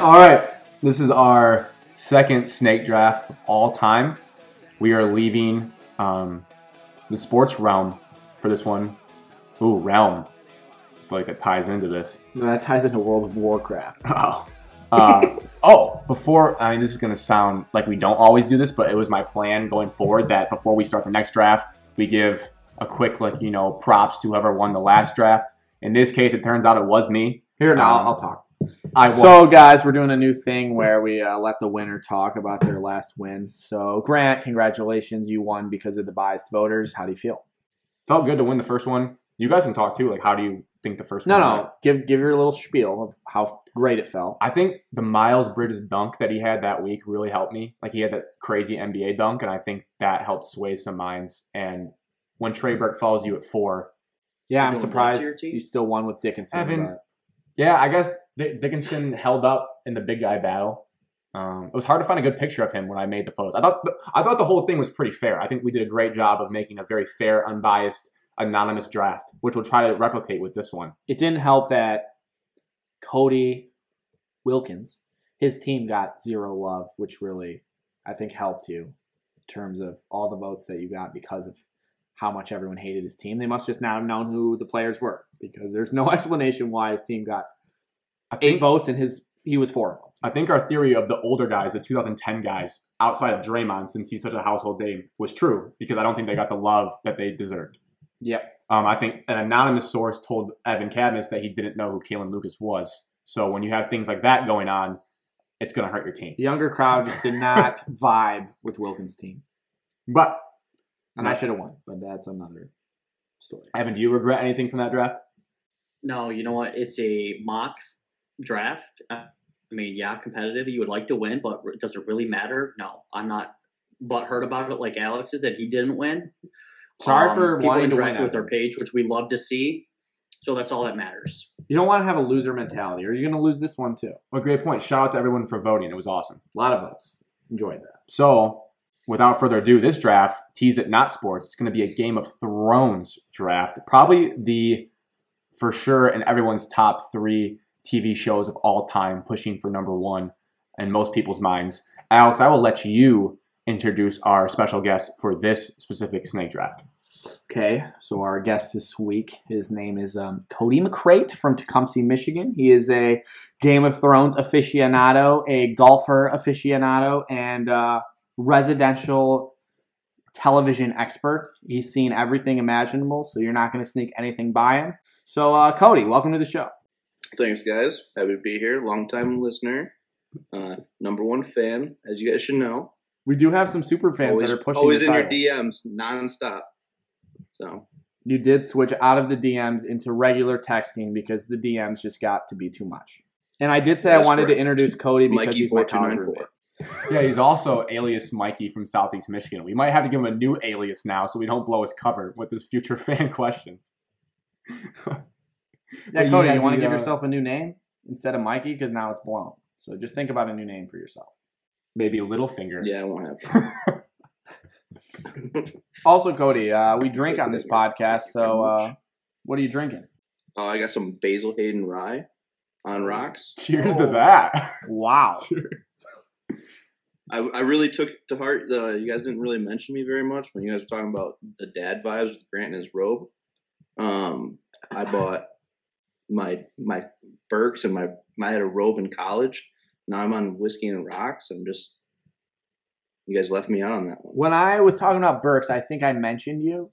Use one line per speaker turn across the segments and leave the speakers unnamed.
All right. This is our second snake draft of all time. We are leaving um, the sports realm for this one. Ooh, realm. I feel like it ties into this.
No, that ties into World of Warcraft.
Oh. Uh, oh, before, I mean, this is going to sound like we don't always do this, but it was my plan going forward that before we start the next draft, we give a quick, like, you know, props to whoever won the last draft. In this case, it turns out it was me.
Here, now
Um,
I'll talk.
I won.
So, guys, we're doing a new thing where we uh, let the winner talk about their last win. So, Grant, congratulations. You won because of the biased voters. How do you feel?
felt good to win the first one. You guys can talk too. Like, how do you think the first
No,
one?
no. Give give your little spiel of how great it felt.
I think the Miles Bridges dunk that he had that week really helped me. Like he had that crazy NBA dunk, and I think that helped sway some minds. And when Trey Burke follows you at four,
Yeah, I'm
Doing
surprised
volunteer team?
you still won with Dickinson.
Evan.
but-
yeah, I guess Dick- Dickinson held up in the big guy battle. Um, it was hard to find a good picture of him when I made the photos. I thought the, I thought the whole thing was pretty fair. I think we did a great job of making a very fair, unbiased, anonymous draft, which we'll try to replicate with this one.
it didn't help that Cody Wilkins, his team got zero love, which really I think helped you in terms of all the votes that you got because of how much everyone hated his team. They must just now have known who the players were because there's no explanation why his team got
I think
eight votes and his he was four of them.
I think our theory of the older guys, the 2010 guys, outside of Draymond, since he's such a household name, was true because I don't think they got the love that they deserved.
Yep.
Um, I think an anonymous source told Evan Cadmus that he didn't know who Kalen Lucas was. So when you have things like that going on, it's going to hurt your team.
The younger crowd just did not vibe with Wilkins' team.
But
And I should have won, but that's another story.
Evan, do you regret anything from that draft?
No, you know what? It's a mock draft. Uh, I mean, yeah, competitive. You would like to win, but r- does it really matter? No, I'm not butthurt about it like Alex is that he didn't win.
Sorry
Um,
for
people
wanting to win.
interacted with
Evan.
our page, which we love to see. So that's all that matters.
You don't want to have a loser mentality, or you're going to lose this one too.
Well, great point. Shout out to everyone for voting. It was awesome.
A lot of votes. Enjoyed that.
So, without further ado, this draft tease it not sports. It's going to be a Game of Thrones draft, probably the for sure in everyone's top three TV shows of all time, pushing for number one in most people's minds. Alex, I will let you introduce our special guest for this specific snake draft.
Okay, so our guest this week, his name is um, Cody McCrate from Tecumseh, Michigan. He is a Game of Thrones aficionado, a golfer aficionado, and uh, residential television expert. He's seen everything imaginable, so you're not going to sneak anything by him. So, uh, Cody, welcome to the show.
Thanks, guys. Happy to be here. Long time listener, uh, number one fan, as you guys should know.
We do have some super fans
always
that are pushing
always
the
in your
titles.
DMs nonstop. So
You did switch out of the DMs into regular texting because the DMs just got to be too much. And I did say
That's
I wanted
correct.
to introduce Cody because
Mikey
he's my college
4294.
roommate.
Yeah, he's also alias Mikey from Southeast Michigan. We might have to give him a new alias now so we don't blow his cover with his future fan questions. But
Yeah,
you
Cody, you,
had
want to
the,
give
uh,
yourself a new name instead of Mikey because now it's blown. So just think about a new name for yourself.
Maybe Littlefinger.
yeah, I won't have.
Also, Cody, uh, we drink on this podcast, so uh, what are you drinking?
Oh, I got some Basil Hayden rye on rocks.
Cheers to that.
Wow.
I, I really took to heart. Uh, you guys didn't really mention me very much when you guys were talking about the dad vibes with Grant and his robe. Um, I bought my my Burks and my, my I had a robe in college. Now I'm on whiskey and rocks. I'm just you guys left me out on that one.
When I was talking about Burks, I think I mentioned you,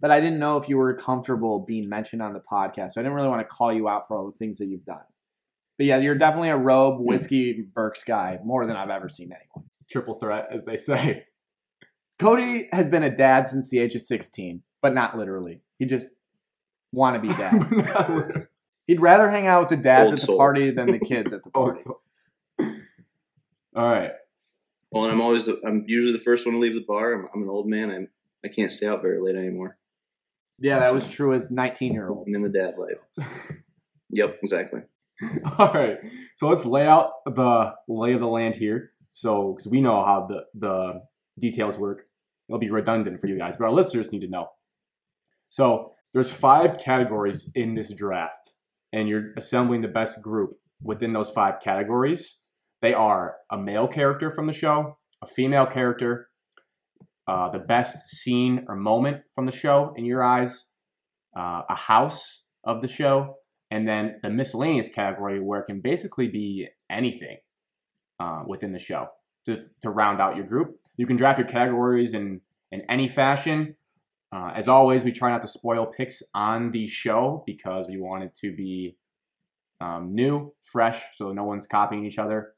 but I didn't know if you were comfortable being mentioned on the podcast. So I didn't really want to call you out for all the things that you've done. But yeah, you're definitely a robe
Hmm.
whiskey Burks guy more than I've ever seen anyone.
Triple threat, as they say.
Cody has been a dad since the age of 16, but not literally. He just want to be dad.
Oh,
He'd rather hang out with the dads
Old
at the
soul.
party than the kids at the party.
Oh, so- All right.
Well, and I'm always the, I'm usually the first one to leave the bar. I'm, I'm an old man. I'm I can't stay out very late anymore.
Yeah, that was true as 19 year olds.
I'm in the dad life. yep, exactly.
All right. So let's lay out the lay of the land here. So, because we know how the, the details work, it'll be redundant for you guys, but our listeners need to know. So, there's five categories in this draft, and you're assembling the best group within those five categories, they are a male character from the show, a female character, uh, the best scene or moment from the show in your eyes, uh, a house of the show, and then the miscellaneous category where it can basically be anything uh, within the show to, to round out your group. You can draft your categories in, in any fashion. Uh, as always, we try not to spoil picks on the show because we want it to be um, new, fresh, so no one's copying each other.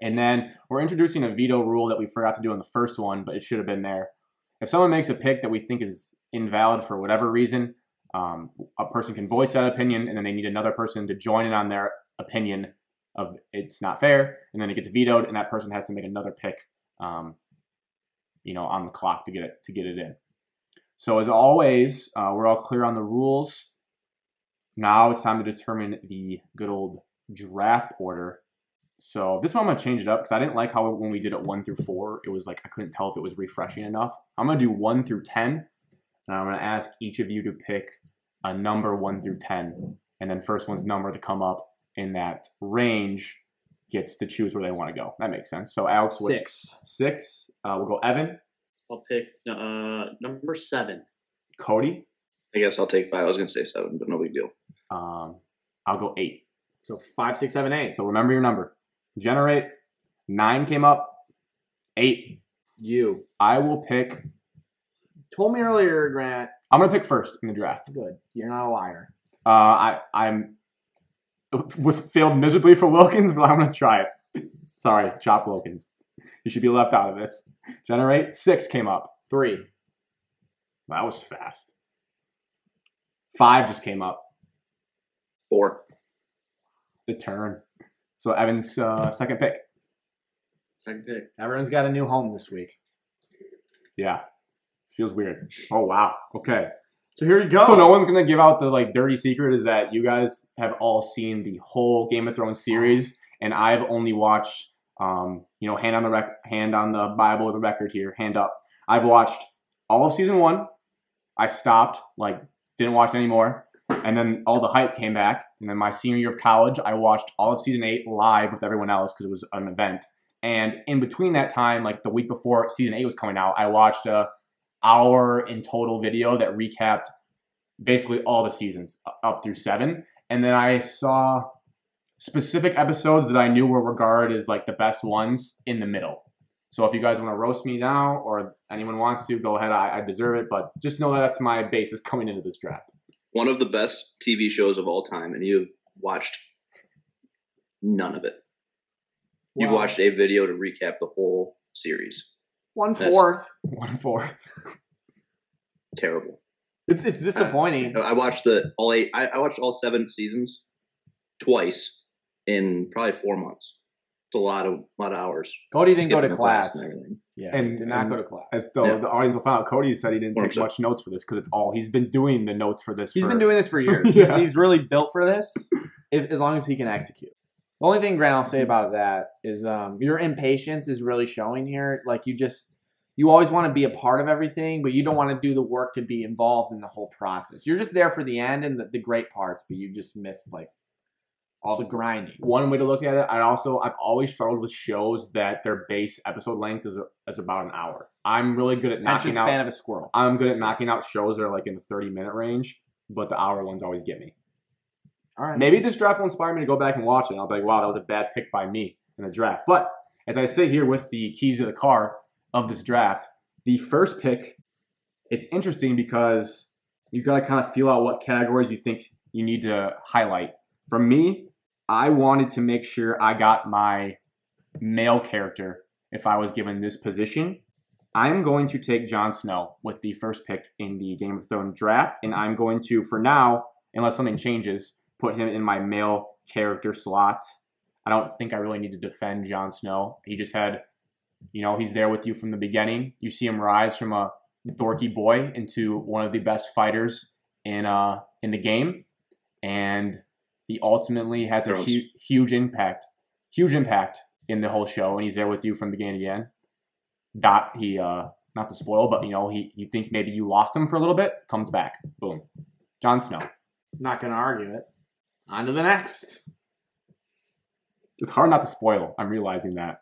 And then we're introducing a veto rule that we forgot to do on the first one, but it should have been there. If someone makes a pick that we think is invalid for whatever reason, um, a person can voice that opinion, and then they need another person to join in on their opinion of it's not fair, and then it gets vetoed, and that person has to make another pick, um, you know, on the clock to get it to get it in. So as always, uh, we're all clear on the rules. Now it's time to determine the good old draft order. So this one I'm gonna change it up because I didn't like how when we did it one through four, it was like I couldn't tell if it was refreshing enough. I'm gonna do one through ten, and I'm gonna ask each of you to pick a number one through ten, and then first one's number to come up in that range gets to choose where they want to go. That makes sense. So Alex, what's
Six.
six? Uh, we'll go Evan,
I'll pick uh, number seven.
Cody.
I guess I'll take five. I was gonna say seven, but no big deal.
Um, I'll go eight.
So five, six, seven, eight.
So remember your number. Generate. Nine came up. Eight.
You
I will pick.
told me earlier, Grant.
I'm gonna pick first in the draft.
Good. You're not a liar.
Uh, I I'm was failed miserably for Wilkins, but I'm gonna try it. Sorry, chop Wilkins. You should be left out of this. Generate. Six came up.
Three.
That was fast. Five just came up.
Four.
The turn. So Evan's uh, second pick.
Second pick.
Everyone's got a new home this week.
Yeah. Feels weird. Oh wow. Okay.
So here you go.
So no one's gonna give out the like dirty secret is that you guys have all seen the whole Game of Thrones series, and I've only watched, um, you know, hand on the rec- hand on the Bible of the record here, hand up. I've watched all of season one. I stopped, like, didn't watch anymore, and then all the hype came back. And then my senior year of college, I watched all of season eight live with everyone else because it was an event. And in between that time, like the week before season eight was coming out, I watched a hour in total video that recapped basically all the seasons u- up through seven. And then I saw specific episodes that I knew were regarded as like the best ones in the middle. So if you guys want to roast me now or anyone wants to, go ahead. I, I deserve it. But just know that that's my basis coming into this draft.
One of the best TV shows of all time, and you've watched none of it. You've
Wow.
watched a video to recap the whole series.
one
That's-
fourth.
One fourth.
Terrible.
It's it's disappointing.
I watched the all eight. I, I watched all seven seasons twice in probably four months. It's a lot of lot of hours.
Cody didn't go
Skipping
to
the
class.
and everything.
yeah,
And-
did not
and-
go to class.
As though
Yeah.
the audience will find out, Cody said he didn't
Or
take
so-
much notes for this because it's all he's been doing the notes for this.
He's
for-
been doing this for years.
Yeah.
He's- He's really built for this, if, as long as he can execute. The only thing, Grant, I'll say about that is um, your impatience is really showing here. Like you just, you always want to be a part of everything, but you don't want to do the work to be involved in the whole process. You're just there for the end and the, the great parts, but you just miss like all the grinding.
one way to look at it. I also I've always struggled with shows that their base episode length is is about an hour. I'm really good at
Attention
knocking out
span of a squirrel.
I'm good at knocking out shows that are like in the 30 minute range, but the hour ones always get me.
All right,
Maybe this draft will inspire me to go back and watch it. I'll be like, wow, that was a bad pick by me in the draft. But as I sit here with the keys to the car of this draft, the first pick, it's interesting because you got to kind of feel out what categories you think you need to highlight. For me, I wanted to make sure I got my male character if I was given this position. I'm going to take Jon Snow with the first pick in the Game of Thrones draft, and I'm going to, for now, unless something changes, put him in my male character slot. I don't think I really need to defend Jon Snow. He just had, you know, he's there with you from the beginning. You see him rise from a dorky boy into one of the best fighters in uh in the game, and he ultimately has a
Thrones.
hu- huge impact, huge impact in the whole show, and he's there with you from beginning to end. Dot he uh not to spoil, but you know he you think maybe you lost him for a little bit, comes back, boom, Jon Snow.
not gonna argue it. On to the next.
It's hard not to spoil. I'm realizing that.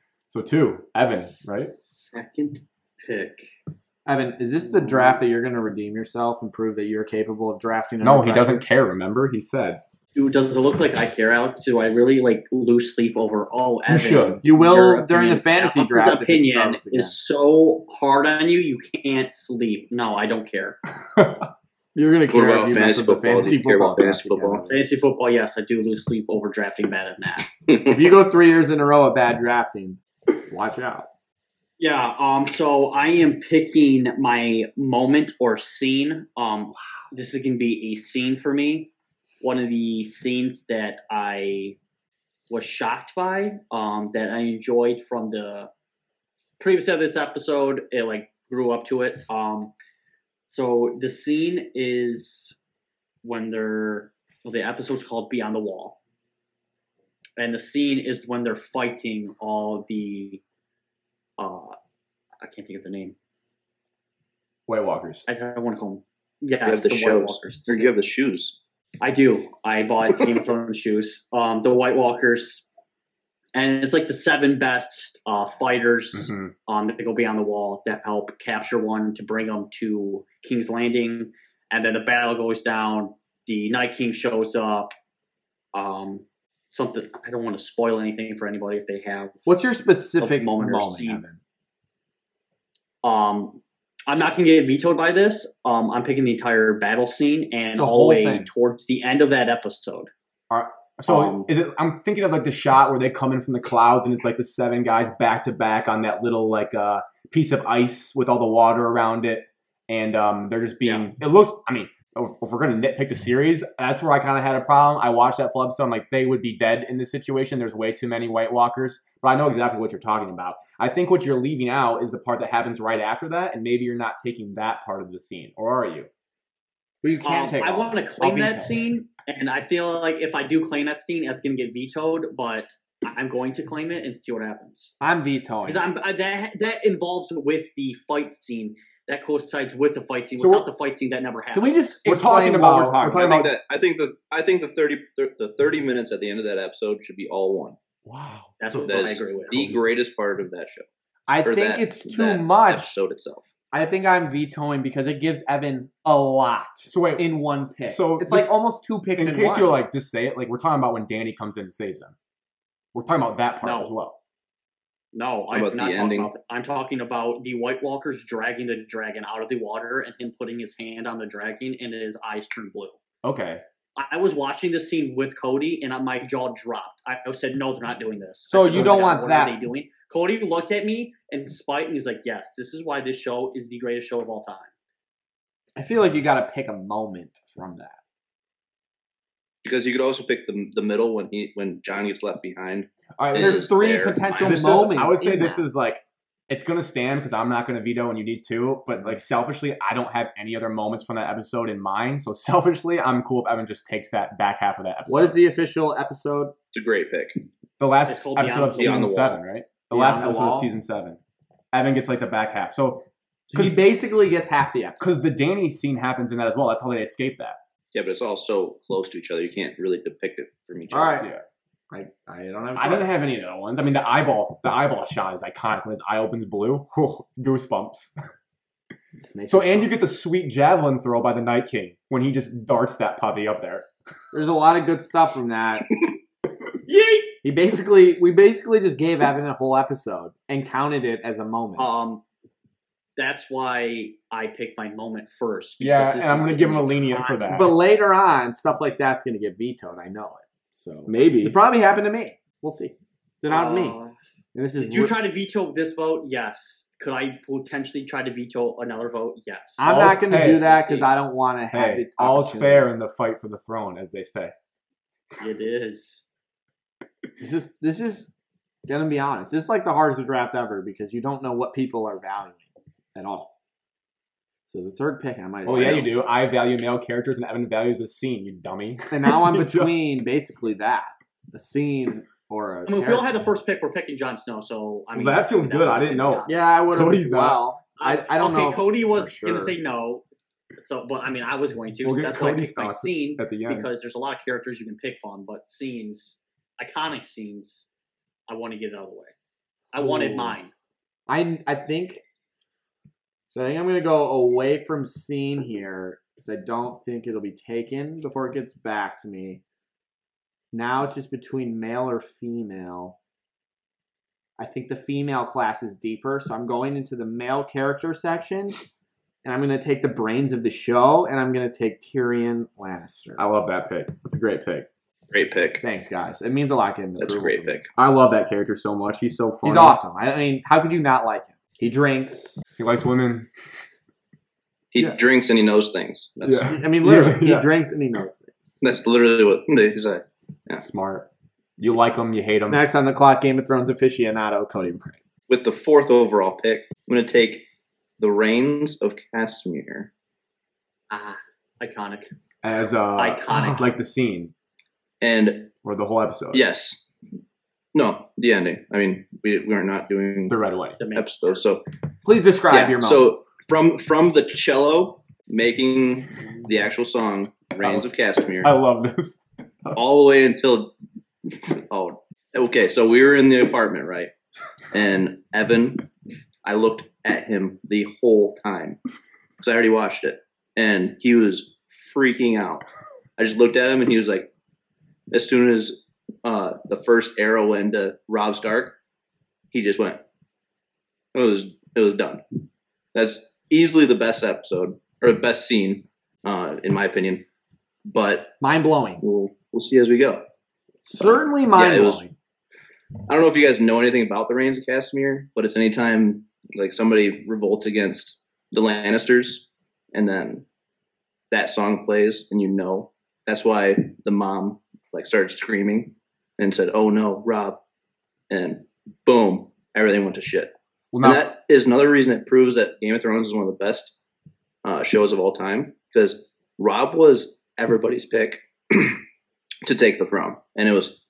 so two, Evan, right?
Second pick.
Evan, is this the draft that you're going to redeem yourself and prove that you're capable of drafting?
No,
under
he
pressure?
doesn't care. Remember, he said
Dude, does it look like I care, Alex? Do I really like lose sleep over? Oh, Evan,
should.
You will
your
during the
opinion-
fantasy
Alex's
draft. if it
opinion
starts again.
is so hard on you, you can't sleep. No, I don't care.
You're going to
What
care
about
if you mess
fantasy
up the
football? Do
fantasy
you care
football.
about fantasy
draft again,
football?
Evan.
Fantasy football, yes, I do lose sleep over drafting bad at that.
If you go three years in a row of bad drafting, watch out.
Yeah, um, so I am picking my moment or scene. Um, this is gonna be a scene for me. One of the scenes that I was shocked by, um, that I enjoyed from the previous of this episode. It like grew up to it. Um, so the scene is when they're well, the episode's called Beyond the Wall, and the scene is when they're fighting all the uh, I can't think of the name.
White Walkers.
I, I want to call them. Yeah,
have
it's
the
the, White
shows.
Walkers.
Or you have the shoes.
I do. I bought Game of Thrones shoes. Um, the White Walkers, and it's like the seven best uh, fighters
Mhm.
Mm-hmm.
um, that go beyond the wall that help capture one to bring them to King's Landing, and then the battle goes down. The Night King shows up. Um, something I don't want to spoil anything for anybody if they have.
What's your specific
A
moment,
moment or scene.
Evan?
Um, I'm not going to get vetoed by this. Um, I'm picking the entire battle scene and
The
all the
whole
way
thing.
towards the end of that episode.
So
Um,
is it? I'm thinking of like the shot where they come in from the clouds, and it's like the seven guys back to back on that little like uh, piece of ice with all the water around it, and um, they're just being. It looks. I mean, if if we're gonna nitpick the series, that's where I kind of had a problem. I watched that flub, so I'm like, they would be dead in this situation. There's way too many White Walkers, but I know exactly what you're talking about. I think what you're leaving out is the part that happens right after that, and maybe you're not taking that part of the scene, or are you?
Well, you can't
Um,
take.
I
all
want
of
to
it. I'll
claim
veto
that
it.
scene, and I feel like if I do claim that scene, it's going to get vetoed. But I- I'm going to claim it and see what happens
I'm vetoing.
because I'm I, that that involves with the fight scene that coincides with the fight scene.
So
Without
we're-
the fight scene, that never happened.
Can we just
We're
explain
talking
what
about-
we're
we're
talking
talking
I
about?
think that I think the I think the thirty thir- the thirty minutes at the end of that episode should be all one.
Wow.
That's what
That
I
is
agree with.
The greatest part of that show.
I
or
think
that-
it's too
that
much.
Episode itself.
I think I'm vetoing because it gives Evan a lot
So wait,
in one pick.
So
it's
this-
like almost two picks in,
in case
one.
you're like, just say it. Like we're talking about when Danny comes in and saves them. We're talking about that part
No.
as well.
No,
about
I'm
the
not talking
ending?
about that. I'm talking about the White Walkers dragging the dragon out of the water and him putting his hand on the dragon and his eyes turn blue.
Okay.
I, I was watching this scene with Cody and uh, my jaw dropped. I, I said, "No, they're not doing this." I
So
said,
you
"Oh my
don't
God,
want
what
that.
Are they doing? Cody looked at me and spite, and he's like, "Yes, this is why this show is the greatest show of all time."
I feel like you got to pick a moment from that.
Because you could also pick the the middle when he when John gets left behind.
All right.
It
This,
There's
is
three
there.
potential
this is,
moments.
I would say
in
this
that.
is like it's gonna stand because I'm not gonna veto and you need to. But like selfishly, I don't have any other moments from that episode in mind. So selfishly, I'm cool if Evan just takes that back half of that episode.
What is the official episode?
It's a great pick.
the
It's
last
called
episode of
Beyond
season
the Wall.
seven? Right. The
Beyond
last
the
episode
Wall.
of season seven. Evan gets like the back half. So
So he
'Cause-
basically gets half the episode.
because the Danny scene happens in that as well. That's how they escape that.
Yeah, but it's all so close to each other. You can't really depict it from each
All
other.
right. I, I don't have. I
I didn't have any of the other ones. I mean, the eyeball, the eyeball shot is iconic when his eye opens blue. Whew, goosebumps. So, and you get the sweet javelin throw by the Night King when he just darts that puppy up there.
There's a lot of good stuff from that.
Yeet!
He basically, we basically just gave Evan a whole episode and counted it as a moment.
Um, that's why I picked my moment first. because
Yeah,
this
and I'm
is
gonna give him a lenient for that.
but later on, stuff like that's going to get vetoed. I know it. So
Maybe.
it probably happened to me. We'll see. So now it's me.
Uh,
And this is
Did you try to veto this vote? Yes. Could I potentially try to veto another vote? Yes.
I'm
All's-
not going to
hey,
do that because
see.
I don't want to have
Hey,
the
all's
opportunity.
fair in the fight for the throne, as they say.
it is.
This is this is going to be honest. This is like the hardest draft ever because you don't know what people are valuing at all. So the third pick, I might. as
Oh
well-
yeah, you do. I value male characters, and Evan values the scene. You dummy.
And now I'm
You don't.
between basically that, the scene or a
I mean, if we all
character.
had the first pick. We're picking Jon Snow, so I mean
Well, that feels good. I didn't know.
Yeah, I would have
Cody's
as well. I, I don't
okay,
know. if-
Cody was
for
gonna
sure.
say no. So, but I mean, I was going to.
We'll
so
get
that's why I
Cody's
picked my
thoughts
scene
at the end.
because there's a lot of characters you can pick from, but scenes, iconic scenes, I want to get it out of the way. I wanted
Ooh.
mine.
I I think so. I think I'm gonna go away from scene here because I don't think it'll be taken before it gets back to me. Now it's just between male or female. I think the female class is deeper, so I'm going into the male character section, and I'm gonna take the brains of the show, and I'm gonna take Tyrion Lannister.
I love that pick. That's a great pick.
Great pick.
Thanks, guys. It means a lot getting the
That's a
approval
great
from you.
pick.
I love that character so much. He's so funny.
He's awesome. I, I mean, how could you not like him? He drinks.
He likes women.
He
Yeah.
drinks and he knows things. That's
Yeah.
I mean, literally,
Yeah.
he drinks and he knows things.
that's literally what they say. Yeah.
Smart. You like him, you hate him.
Next on the clock, Game of Thrones aficionado Cody McCray.
With the fourth overall pick, I'm going to take the reins of Casimir.
Ah, iconic.
As uh,
Iconic.
like the scene
And
or the whole episode.
yes, no, the ending. I mean, we, we are not doing
The red light.
The man.
episode, so
Please describe your
yeah.
moment.
So from from the cello making the actual song "Reigns of Casimir"
I love this.
all the way until oh okay. So we were in the apartment, right? And Evan, I looked at him the whole time because I already watched it, and he was freaking out. I just looked at him, and he was like, as soon as uh, the first arrow went into Rob Stark, he just went. It was it was done. That's easily the best episode or best scene, uh, in my opinion. But
mind blowing.
we'll we'll see as we go.
Certainly mind
Yeah,
blowing.
it was- I don't know if you guys know anything about the reigns of Castamere, but it's anytime like somebody revolts against the Lannisters, and then that song plays, and you know that's why the mom like started screaming and said, "Oh no, Rob!" and boom, everything went to shit.
Well,
And
not
that is another reason it proves that Game of Thrones is one of the best uh, shows of all time because Rob was everybody's pick to take the throne, and it was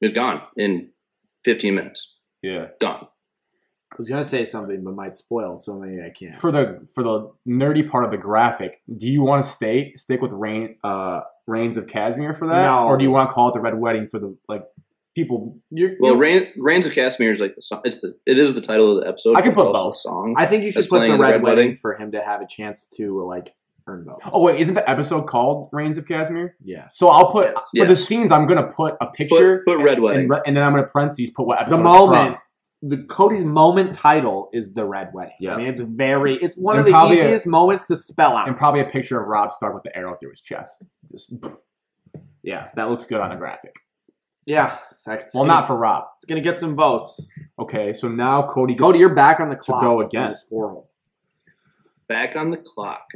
it was gone in 15 minutes.
yeah.
Gone.
I was gonna say something, but might spoil, so maybe I can't.
For the for the nerdy part of the graphic, do you want to stay stick with rain uh reigns of Casimir for that,
No.
or do you want to call it the red wedding for the like people?
You're-
Well,
you're-
Reign, Reigns of Casimir is like the song. It's the it is the title of the episode.
I can
but
put
it's also
both.
a song.
I think you should
that's
put the
playing
red,
in the Red
wedding,
Wedding.
for him to have a chance to uh, like earn votes.
Oh wait, isn't the episode called Reigns of Casimir?
yes.
So I'll put
Yes.
for the
Yes.
scenes. I'm gonna put a
put,
picture
put Red
and,
Wedding.
re- and then I'm gonna parentheses put what episode
The
it's
moment,
from.
the Cody's moment title is the red wedding.
Yeah.
I mean, it's very, it's one
And
of the
probably a-
easiest moments to spell out.
and probably a picture of Rob Stark with the arrow through his chest. Just pff. yeah, that looks good on a graphic.
yeah. That's
Well,
gonna-
not for Rob.
It's gonna get some votes.
Okay, so now Cody. Gets,
Cody, you're back on the clock.
go
on
again.
This four hole.
Back on the clock.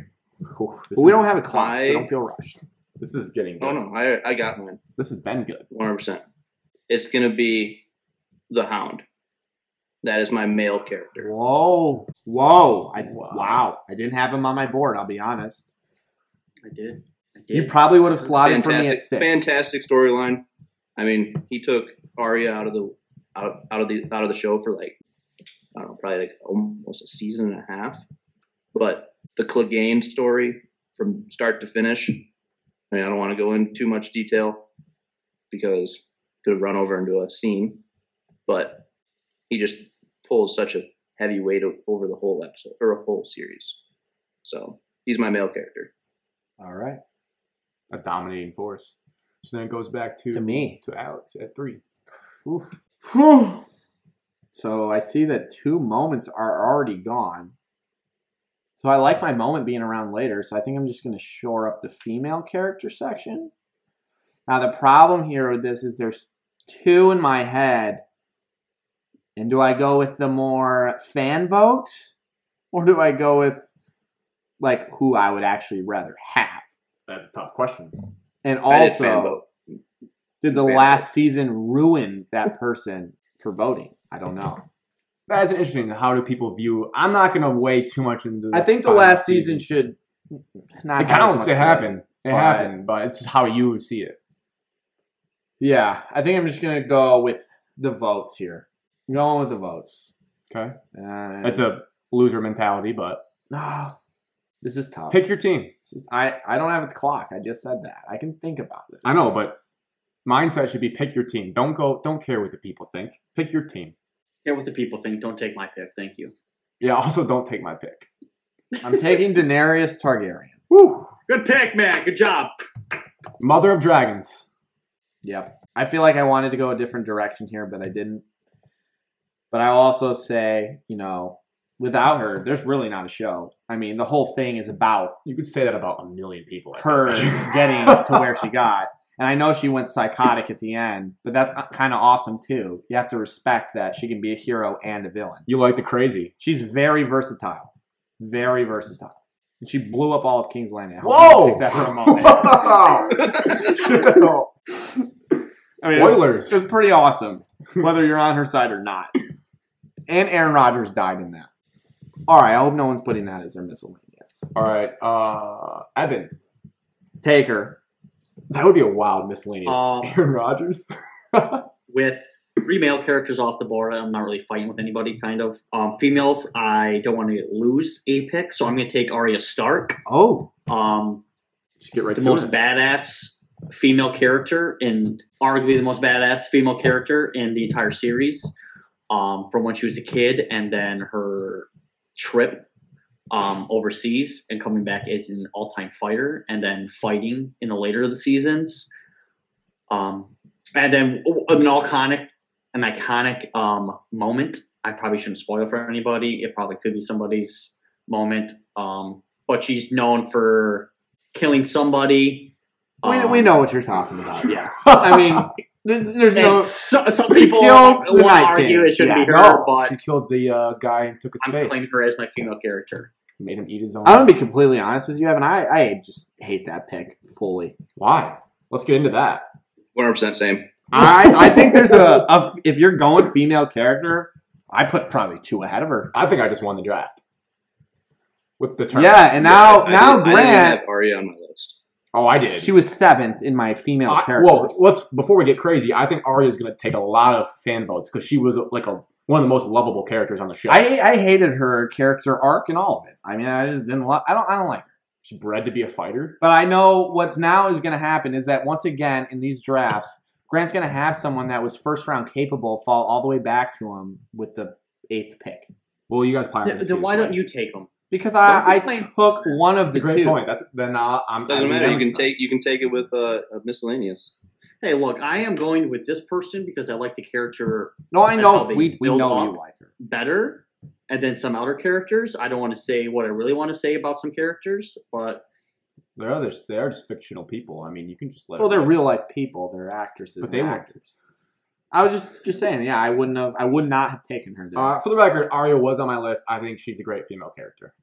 Ooh, this
But we
is-
don't have a clock, so
I-
don't feel rushed.
This is getting. Good.
Oh no, I I got mine.
This has been good.
100. percent It's gonna be the Hound. That is my male character.
Whoa. Whoa. I,
Wow.
wow. I didn't have him on my board, I'll be honest.
I did. I did.
You probably would have slotted for me at
Fantastic,
six.
fantastic storyline. I mean, he took Arya out of the out, out of the out of the show for like I don't know, probably like almost a season and a half. But the Clegane story from start to finish. I mean, I don't want to go into too much detail because could have run over into a scene, but he just pulls such a heavy weight o- over the whole episode or a whole series. So he's my male character.
All right.
A dominating force. So then it goes back to
To me.
to Alex at three.
Oof. Whew. So I see that two moments are already gone. So I like my moment being around later, so I think I'm just going to shore up the female character section. Now the problem here with this is there's two in my head. And do I go with the more fan vote or do I go with like who I would actually rather have?
That's a tough question.
And
I did fan
also
vote.
did the
Fan vote.
last season ruin that person for voting? I don't know.
That is interesting. How do people view? I'm not going to weigh too much into.
I think the
final
last season should not.
It
have as
counts.
much
It happened. It
but-
happened, but it's just how you see it.
weight. Yeah, I think I'm just gonna go with the votes here. I'm going with the votes.
Okay,
Uh,
that's a loser mentality, but
Ah, This is tough.
Pick your team.
This is- I, I don't have a clock. I just said that. I can think about this.
I know, but mindset should be pick your team. Don't go. Don't care what the people think. Pick your team.
Hear what the people think. Don't take my pick. Thank you.
Yeah. Also, don't take my pick.
I'm taking Daenerys Targaryen.
Woo!
Good pick, man. Good job.
Mother of dragons.
Yep. I feel like I wanted to go a different direction here, but I didn't. But I'll also say, you know, without her, there's really not a show. I mean, the whole thing is about
You could say that about a million people. I
her
think.
getting to where she got. And I know she went psychotic at the end, but that's kind of awesome too. You have to respect that she can be a hero and a villain.
you like the crazy.
She's very versatile, very versatile. And she blew up all of King's Landing. I hope
Whoa!
Except for a moment.
Wow.
I mean,
Spoilers.
It's pretty awesome, whether you're on her side or not. And Aaron Rodgers died in that. All right, I hope no one's putting that as their miscellaneous.
All right, uh, Evan.
Take her.
That would be a wild miscellaneous.
Um,
Aaron Rodgers.
with three male characters off the board. I'm not really fighting with anybody, kind of. Um, females, I don't want to lose a pick, so I'm going to take Arya Stark.
Oh,
Um,
Just get right
the
to
most
it.
badass female character, and arguably the most badass female character in the entire series um, from when she was a kid, and then her trip um, overseas and coming back as an all time fighter, and then fighting in the later of the seasons. Um, and then an iconic, an iconic um, moment. I probably shouldn't spoil for anybody. It probably could be somebody's moment. Um, but she's known for killing somebody.
we,
um,
we know what you're talking about. Yes, I mean, there's, there's
and
no.
so, some
She
people
killed the
want to
Night
argue
King.
it shouldn't
Yeah,
be her,
no,
but
she killed the uh, guy and took his
I'm
face.
claiming her as my female character.
Made him eat his own.
I'm gonna be completely honest with you, Evan. I I just hate that pick fully.
Why? Let's get into that.
One hundred percent same.
I I think there's a, a if you're going female character, I put probably two ahead of her.
I think I just won the draft with the turn.
Yeah, and now
I
now
didn't- I didn't
Grant,
have Arya on my list.
Oh, I did.
she was seventh in my female
I-
characters.
well, let's before we get crazy. I think Arya is going to take a lot of fan votes because she was like a one of the most lovable characters on the show.
I I hated her character arc and all of it. I mean, I just didn't. Lo- I don't. I don't like. Her.
She's bred to be a fighter.
But I know what's now is going to happen is that once again in these drafts, Grant's going to have someone that was first round capable fall all the way back to him with the eighth pick
Well, you guys probably.
Then, then why don't you take them?
because
Don't
I, I
complain.
took one of
That's
the
a great
two.
point. That's then uh, I'm.
Doesn't
I'm
matter. You can
against that.
take you can take it with uh, a miscellaneous.
Hey, look, I am going with this person because I like the character
No, I
That's
know
how they
we we
build
know
up.
you like her.
better, and then some other characters. I don't want to say what I really want to say about some characters, but
They're others. They are just fictional people. I mean, you can just let.
Well,
it
they're
go.
real life people. They're actresses,
but
and
they were
actors. I was just just saying. Yeah, I wouldn't have. I would not have taken her. There.
Uh, for the record, Arya was on my list. I think she's a great female character,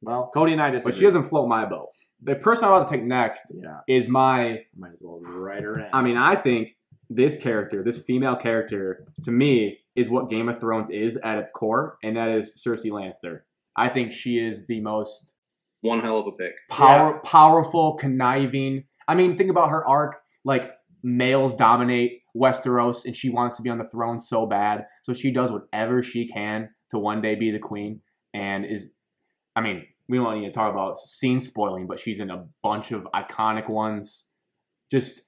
well, Cody and I just.
but she doesn't float my boat. The person I'm about to take next
Yeah,
is my.
might as well write her in.
I mean, I think this character, this female character, to me is what Game of Thrones is at its core, and that is Cersei Lannister. I think she is the most
One hell of a pick.
power, powerful, conniving. I mean, think about her arc. Like males dominate Westeros, and she wants to be on the throne so bad. So she does whatever she can to one day be the queen. And is, I mean, we don't need to talk about scene spoiling, but she's in a bunch of iconic ones. Just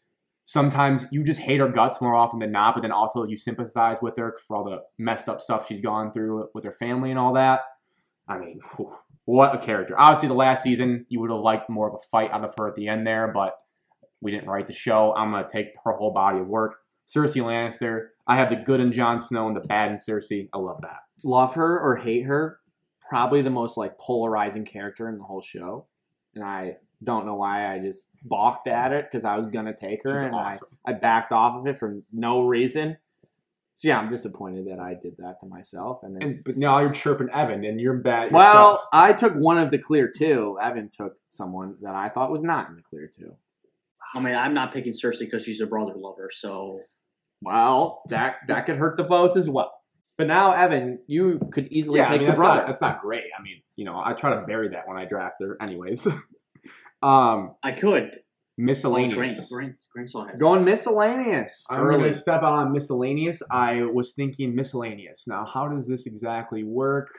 sometimes you just hate her guts more often than not, but then also you sympathize with her for all the messed up stuff she's gone through with her family and all that. I mean, whew, what a character. Obviously, the last season, you would have liked more of a fight out of her at the end there, but we didn't write the show. I'm going to take her whole body of work. Cersei Lannister, I have the good in Jon Snow and the bad in Cersei. I love that.
love her or hate her, probably the most like polarizing character in the whole show. And I don't know why I just balked at it because I was gonna take her
She's
and
awesome.
I, I backed off of it for no reason. So yeah, I'm disappointed that I did that to myself. And, then,
And, but now you're chirping Evan, and you're bad.
well,
yourself.
I took one of the clear two. Evan took someone that I thought was not in the clear two.
I mean, I'm not picking Cersei because she's a brother lover. So
Well, that that could hurt the votes as well. But now, Evan, you could easily
yeah, I
take
mean,
the
that's
brother.
not, that's not great. I mean, you know, I try to bury that when I draft her, anyways. um,
I could. Oh,
miscellaneous.
Grant, Grant, Grant still has
Going
this.
miscellaneous.
I'm going
early.
to step out on miscellaneous. I was thinking miscellaneous. Now, how does this exactly work?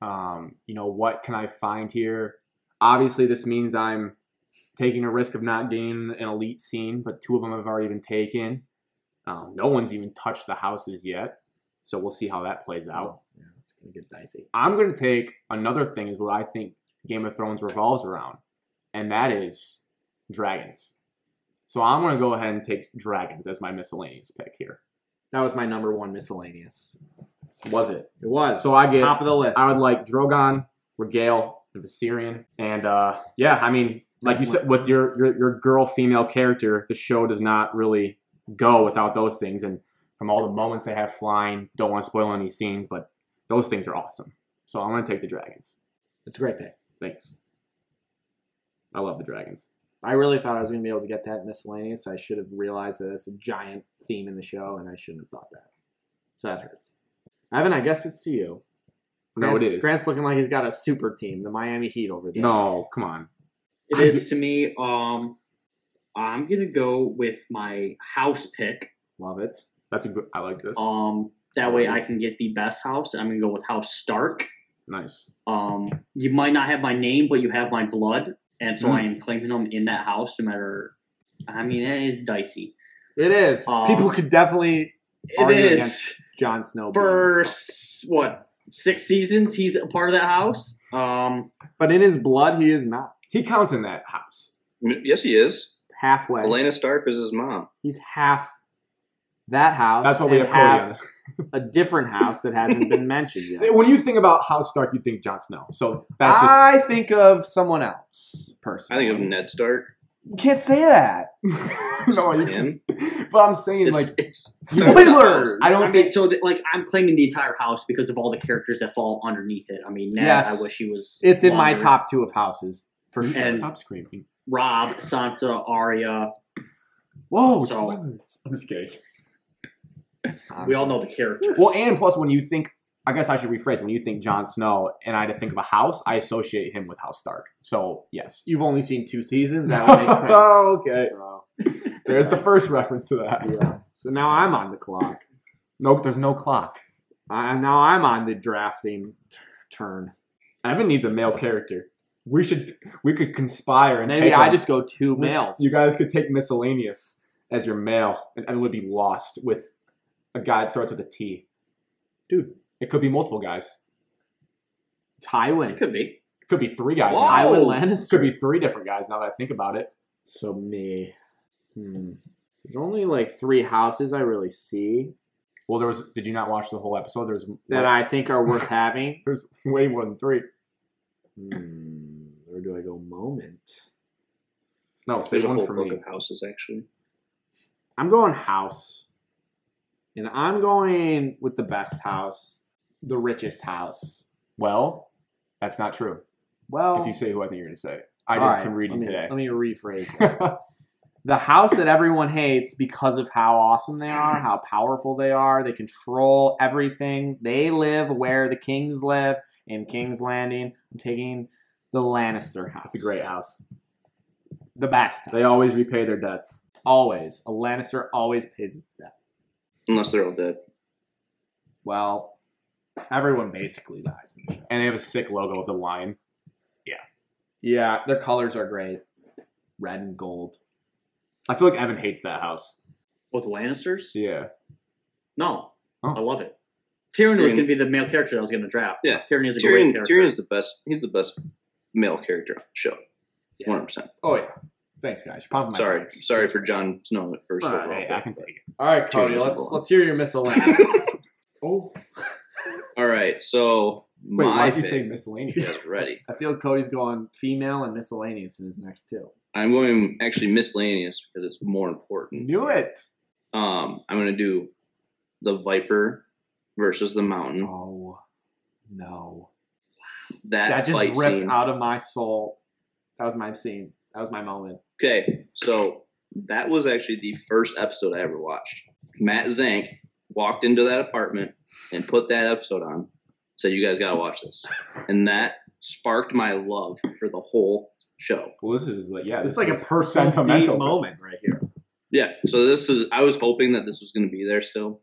Um, you know, what can I find here? Obviously, this means I'm taking a risk of not getting an elite scene, but two of them have already been taken. Um, no one's even touched the houses yet, so we'll see how that plays out.
Oh, yeah, it's gonna get dicey.
I'm going to take another thing is what I think Game of Thrones revolves around, and that is dragons. So I'm going to go ahead and take dragons as my miscellaneous pick here.
That was my number one miscellaneous.
Was it?
It was
So I get-
top of the list.
I would like Drogon, Regale, and Viserion, and uh, yeah, I mean, like you said, with your, your your girl female character, the show does not really go without those things. And from all the moments they have flying, don't want to spoil any scenes, but those things are awesome. So I'm going to take the dragons.
It's a great pick.
Thanks. I love the dragons.
I really thought I was gonna be able to get that miscellaneous. I should have realized that it's a giant theme in the show, and I shouldn't have thought that. So that hurts. Evan, I guess it's to you.
No,
Grant's,
it is.
Grant's looking like he's got a super team, the Miami Heat over there.
no, come on.
It is to me. Um, I'm gonna go with my house pick.
love it.
That's a good. I like this.
Um, that way I can get the best house. I'm gonna go with House Stark.
nice.
Um, you might not have my name, but you have my blood, and so I am claiming them in that house, no matter. I mean, it's dicey.
It is.
Um,
People could definitely
It
Argue
is
against Jon Snow.
for
blows.
s- what six seasons he's a part of that house. Um,
but in his blood, he is not
He counts in that house.
Yes, he is.
halfway.
Elena Stark is his mom.
He's half that house.
That's what we have.
and
Cody
half a different house that hasn't been mentioned
on.
yet.
When you think about House Stark, you think Jon Snow. So that's just
I think of someone else
I
personally.
think of Ned Stark.
You can't say that.
no, you
Man.
just, but I'm saying
It's,
like
it's,
Spoilers.
I
I
don't
mean,
think
so that, like I'm claiming the entire house because of all the characters that fall underneath it. I mean, Ned,
Yes.
I wish he was.
It's in my
longer.
top two of houses for sure.
And-
stop screaming.
Rob, Sansa, Arya.
Whoa,
So-
spoilers. I'm just kidding.
We all know the characters.
Well, and plus when you think, I guess I should rephrase. When you think Jon Snow and I had to think of a house, I associate him with House Stark. So yes,
You've only seen two seasons. That would make sense.
Okay.
So,
there's the first reference to that.
yeah. so now I'm on the clock.
No, there's no clock.
I, now I'm on the drafting t- turn.
Evan needs a male character. We should we could conspire and
Maybe
take
I
a-
just go two males.
You guys could take miscellaneous as your male, and Evan would be lost with a guy that starts with a T.
Dude,
It could be multiple guys.
it
Tywin.
could be.
It could be three guys.
Whoa.
now.
Tywin
Oh.
It
Lannister.
could be three different guys. Now that I think about it,
So me. Hmm. There's only like three houses I really see
well, there was. Did you not watch the whole episode? There's
that I think are worth having.
There's way more than three.
Hmm. Where do I go? Moment.
No, save
there's a
one
whole
for
book
me.
of houses actually.
I'm going house. And I'm going with the best house, the richest house.
Well, that's not true.
Well,
If you say who I think you're going to say, I
Oh. all
did
right,
some reading
let me-
today.
Let me rephrase. that. the house that everyone hates because of how awesome they are, how powerful they are. They control everything. They live where the kings live in King's Landing. I'm taking the Lannister house.
It's a great house.
The best. House.
They always repay their debts.
always a Lannister always pays its debt.
Unless they're all dead.
Well, everyone basically dies in the show.
And they have a sick logo of the lion.
Yeah, their colors are great. Red and gold.
I feel like Evan hates that house.
With Lannisters?
Yeah.
No,
Oh.
I love it. Tyrion was
Tyrion-
going to be the male character that I was going to draft.
Yeah.
Tyrion is a
Tyrion,
great character.
Tyrion is the best. He's the best male character on the show.
Yeah.
One hundred percent.
Oh yeah. Thanks guys. You're
Oh
pumping my
Sorry,
tires.
sorry for Jon Snow at first.
Uh,
overall,
hey,
but-
I can take it.
All right, Cody.
Changeable.
Let's let's hear your miscellaneous. oh,
All right, so
Wait,
my
why'd you
pick-
say
You
miscellaneous?
guys are ready?
I feel Cody's going female and miscellaneous in his next two.
I'm going actually miscellaneous because it's more important.
Knew it.
Um, I'm going to do the Viper versus the Mountain.
Oh no,
That,
that just
fight
ripped
scene.
out of my soul. That was my scene. That was my moment.
Okay, so that was actually the first episode I ever watched. Matt Zank walked into that apartment and put that episode on. Said, "You guys got to watch this," and that sparked my love for the whole show.
Well, this is like yeah,
It's
this
like a
is
personal
sentimental.
deep moment right here.
Yeah, so this is I was hoping that this was going to be there still.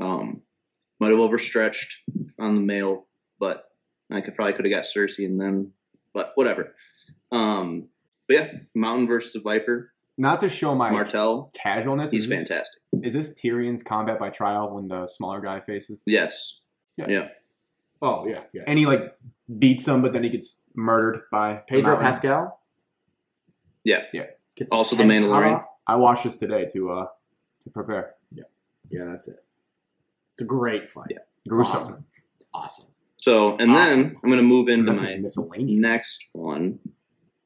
Um, might have overstretched on the mail, but I could probably could have got Cersei and them, but whatever. Um, but yeah, Mountain versus the Viper.
Not to show my
Martell,
casualness.
he's
is this-
fantastic.
Is this Tyrion's combat by trial when the smaller guy faces?
Yes.
Oh yeah, yeah. And he like beats him, but then he gets murdered by
Pedro
Mountain.
Pascal.
Yeah.
Yeah.
Gets
Also
his
the
head cut
Mandalorian.
off.
I watched this today to uh to prepare.
Yeah, that's it. It's a great fight.
Yeah.
Gruesome.
Awesome. It's awesome.
So, and then I'm going to move into
That's
my
just miscellaneous.
next one,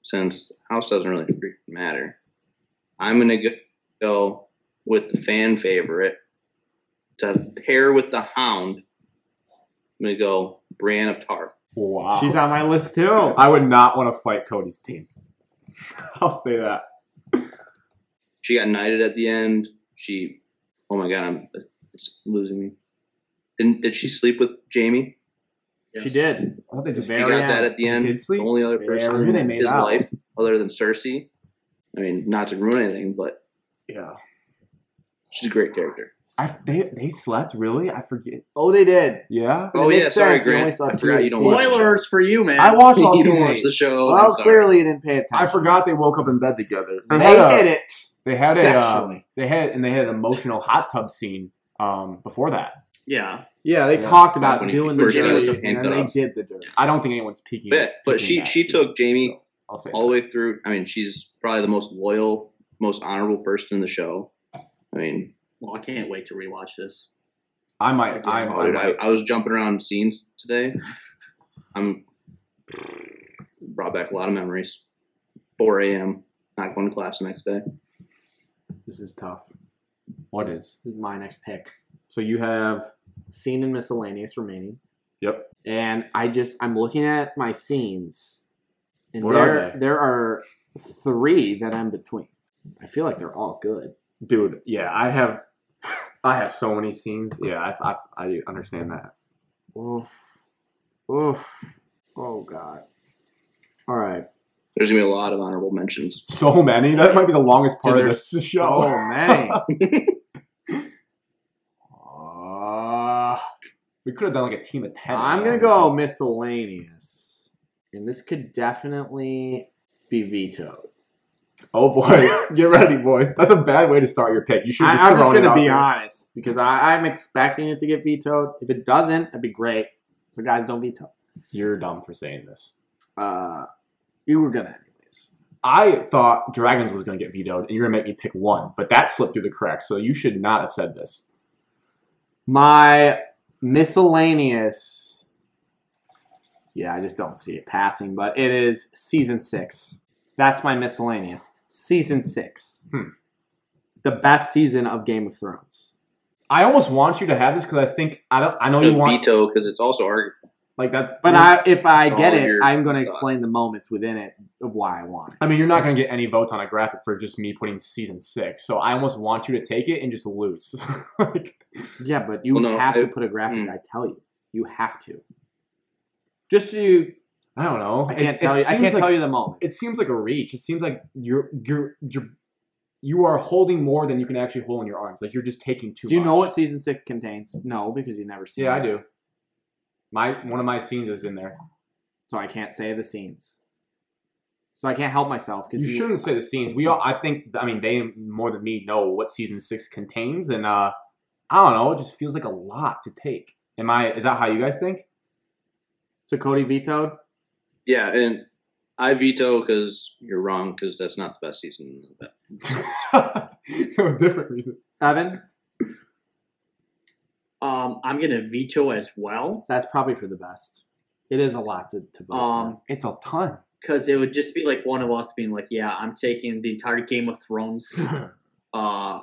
since house doesn't really freaking matter, I'm gonna go- go with the fan favorite to pair with the Hound. I'm gonna go Bran of Tarth.
Wow.
She's on my list too.
I would not want to fight Cody's team. I'll say that.
She got knighted at the end. She, oh my god, I'm it's losing me. Didn't did she sleep with Jamie?
She did.
I thought they just
She
Very
got that
end.
at the end.
Did
The
sleep?
only other
Very
person
end. Who they
in
made
his
out.
life other than Cersei. I mean, not to ruin anything, but
yeah.
she's a great character.
I, they they slept really. I forget.
Oh, they did.
Yeah.
Oh
makes
yeah, sorry,
sense. You only
Grant.
saw
I
two
forgot you
of
don't
the
watch. the show.
Spoilers for you, man.
I watched all
you
season
don't watch
eight.
the show.
well,
Oh, I'm sorry.
clearly you didn't pay
I
attention.
forgot they woke up in bed together.
They
had a-
hit it.
They had a um,
Sexually.
they had and they had an emotional hot tub scene um, before that.
yeah.
Yeah, they
Yeah.
talked about
When he
doing the
first
got
dirty,
his
and
hand
then
cut
they
off.
did the dirty.
I don't think anyone's peeking.
Yeah, but
peeking
she
that
she
scene.
took Jamie
So, I'll say
all the way through. I mean, she's probably the most loyal, most honorable person in the show. I mean,
Well, I can't wait to rewatch this.
I might.
I,
I'm, I might.
I was jumping around scenes today. I'm brought back a lot of memories. 4 a.m. Not going to class the next day.
This is tough.
What is?
This is my next pick.
So you have.
Scene and miscellaneous remaining.
Yep.
And I just I'm looking at my scenes, and
What are
there
they?
there are three that I'm between. I feel like they're all good.
Dude, yeah, I have. I have so many scenes. Yeah, I, I, I understand that.
Oof. Oof. Oh god. All right.
There's gonna be a lot of honorable mentions.
So many. That might be the longest part
Dude,
of
there's
this show.
Oh man.
Uh, we could have done like a team of ten.
I'm gonna go miscellaneous, and this could definitely be vetoed.
Oh boy, get ready, boys. That's a bad way to start your pick. You should.
I,
Just
I'm just
thrown it
gonna
out
be
there.
honest because I, I'm expecting it to get vetoed. If it doesn't, that'd be great. So guys, don't veto.
You're dumb for saying this.
Uh, you were gonna anyways.
I thought Dragons was going to get vetoed, and you're going to make me pick one, but that slipped through the cracks. So you should not have said this.
My miscellaneous. Yeah, I just don't see it passing, but it is season six. That's my miscellaneous. Season six.
Hmm.
The best season of Game of Thrones.
I almost want you to have this because I think I don't. I know you want
veto because it's also our
like that,
But I, if I
It's
get
all
it,
your
I'm going to
thought.
explain the moments within it of why I want it.
I mean, you're not going to get any votes on a graphic for just me putting season six. So I almost want you to take it and just lose. like,
Yeah, but you
Well, no,
have to
it-
put a graphic.
hmm.
mm.
I tell you, you have to. Just so you,
I don't know.
I can't tell you. I can't tell you the moment.
It seems like a reach. It seems like you're you're you're you are holding more than you can actually hold in your arms. Like you're just taking too.
Do you know
much.
what season six contains? No, because you never see.
Yeah, I do. My one of my scenes is in there.
So I can't say the scenes. So I can't help myself because
You shouldn't say the scenes. We all, I think, I mean, they more than me know what season six contains, and uh, I don't know. It just feels like a lot to take. Am I? Is that how you guys think?
So Cody vetoed.
yeah, and I veto because you're wrong because that's not the best season.
so a different reason.
Evan,
Um, I'm gonna veto as well.
that's probably for the best. It is a lot to, to vote
Um,
It's a ton.
because it would just be like one of us being like, "Yeah, I'm taking the entire Game of Thrones uh,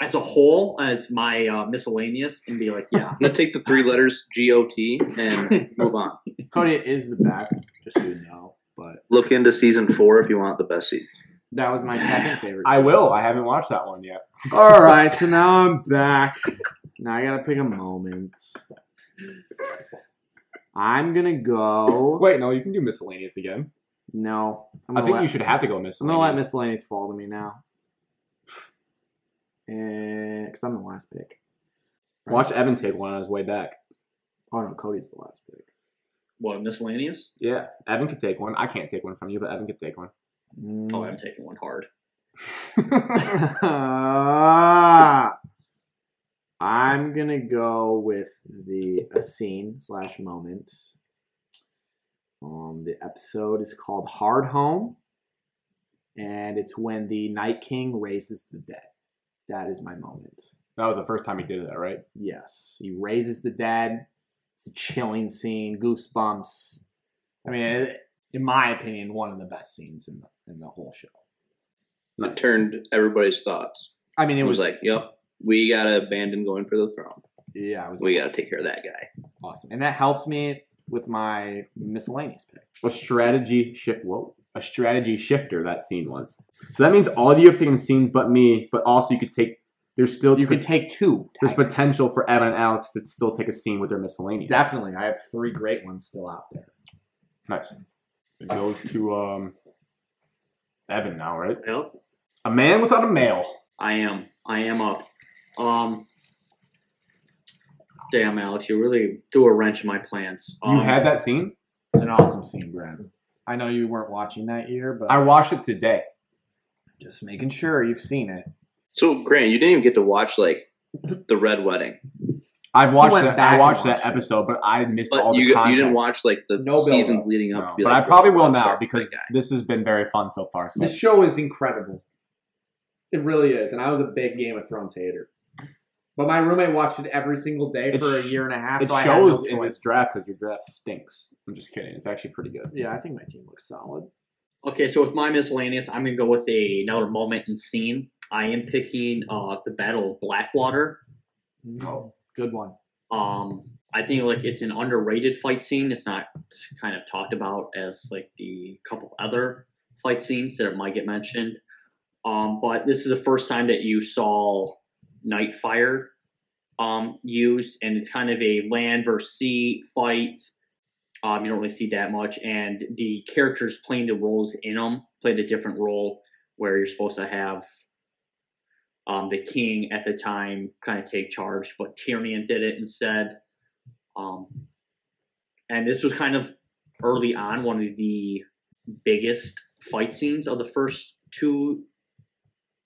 as a whole as my uh, miscellaneous," and be like, "Yeah,
I'm gonna take the three letters G O T and move on.
for. Cody it is the best, just so you know. But
Look into season four if you want the best season.
that was my second favorite.
I
season.
will. I haven't watched that one yet.
All right, so now I'm back. Now I gotta pick a moment. I'm gonna go.
Wait, no, you can do miscellaneous again.
No, I'm
I
gonna
think
let-
you should have to go miscellaneous.
I'm gonna let miscellaneous fall to me now. Eh, And because I'm the last pick.
Watch Evan take one on his way back.
Oh no, Cody's the last pick.
What miscellaneous?
Yeah, Evan could take one. I can't take one from you, but Evan could take one.
Mm.
Oh, I'm taking one hard.
Ah. I'm gonna go with the a scene slash moment. Um, the episode is called Hard Home, and it's when the Night King raises the dead. That is my moment.
That was the first time he did that, right?
Yes, he raises the dead. It's a chilling scene, goosebumps. I mean, it, in my opinion, one of the best scenes in the in the whole show.
It turned everybody's thoughts.
I mean,
It
it
was,
was,
like, yep, we got to abandon going for the throne.
yeah, it was
We got to take care of that guy.
Awesome. And that helps me with my miscellaneous pick.
A strategy shift. Whoa, a strategy shifter. That scene was. So that means all of you have taken scenes, but me. But also, you could take. There's still
You could take two.
There's potential for Evan and Alex to still take a scene with their miscellaneous.
Definitely. I have three great ones still out there.
Nice. It goes to um, Evan now, right?
Yep.
A man without a male.
I am. I am up. Um. Damn, Alex, you really threw a wrench in my plans. Um,
You had that scene?
It's an awesome scene, Brad. I know you weren't watching that year, but
I watched it today.
just making sure you've seen it.
So, Grant, you didn't even get to watch, like, the Red Wedding.
I've watched
went
that.
back
I
and
watched that
watched it.
episode, but I missed all
But
the
you, you
context.
didn't watch, like, the
No build-up.
seasons leading
No,
up. to be
but
like,
I probably
bro,
will
I'm
now
sorry for that
because
guy.
this has been very fun so far. So
This show is incredible. It really is. And I was a big Game of Thrones hater. But my roommate watched it every single day
It
for a
sh-
year and a half.
it
so I had no
shows in
choice.
this draft because your draft stinks. I'm just kidding. It's actually pretty good.
Yeah, I think my team looks solid.
Okay, so with my miscellaneous, I'm gonna go with a, another moment and scene. I am picking uh the Battle of Blackwater.
No, good one.
Um, I think like it's an underrated fight scene. It's not kind of talked about as like the couple other fight scenes that might get mentioned. Um, but this is the first time that you saw Nightfire um used, and it's kind of a land versus sea fight. Um, you don't really see that much, and the characters playing the roles in them played a different role where you're supposed to have um, the king at the time kind of take charge, but Tyrion did it instead. Um, and this was kind of early on one of the biggest fight scenes of the first two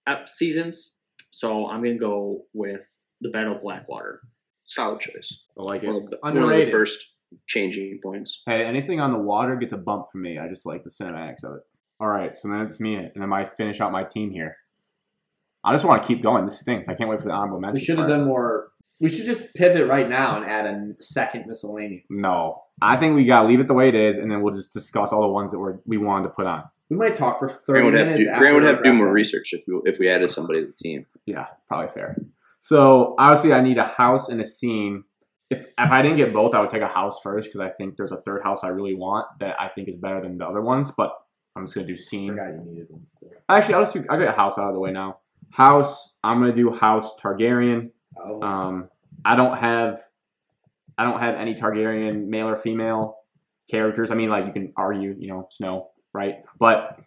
ep- seasons. So I'm going to go with the Battle of Blackwater.
Solid choice.
I like
One
it.
of the, One of
Underrated.
the first changing points.
Hey, anything on the water gets a bump for me. I just like the cinematics of it. All right, so then it's me, and then I finish out my team here. I just want to keep going. This stinks. I can't wait for the honorable mention.
We should have
part.
done more. We should just pivot right now and add a second miscellaneous.
No, I think we gotta leave it the way it is, and then we'll just discuss all the ones that we we wanted to put on.
We might talk for 30
Grant would have
minutes.
to,
after
Grant would
our
have to do
draft.
more research if we, if we added somebody to the team.
Yeah, probably fair. So obviously, I need a house and a scene. If if I didn't get both, I would take a house first because I think there's a third house I really want that I think is better than the other ones. But I'm just gonna do
I
scene.
forgot you needed one still.
Actually, I'll just do. I got a house out of the way now. House. I'm gonna do house Targaryen.
Oh,
Um, I don't have, I don't have any Targaryen male or female characters. I mean, like you can argue, you know, Snow, right? But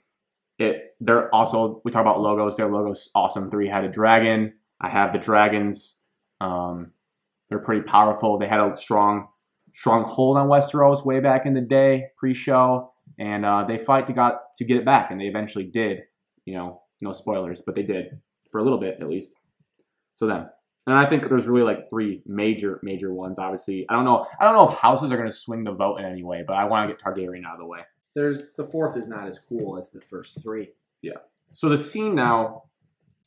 it, they're also we talk about logos. Their logos awesome. Three headed dragon. I have the dragons. Um, they're pretty powerful. They had a strong, strong hold on Westeros way back in the day, pre-show, and uh, they fight to got to get it back, and they eventually did. You know, no spoilers, but they did for a little bit at least. So then. And I think there's really like three major, major ones. Obviously, I don't know. I don't know if houses are going to swing the vote in any way, but I want to get Targaryen out of the way.
there's the fourth is not as cool as the first three.
So the scene now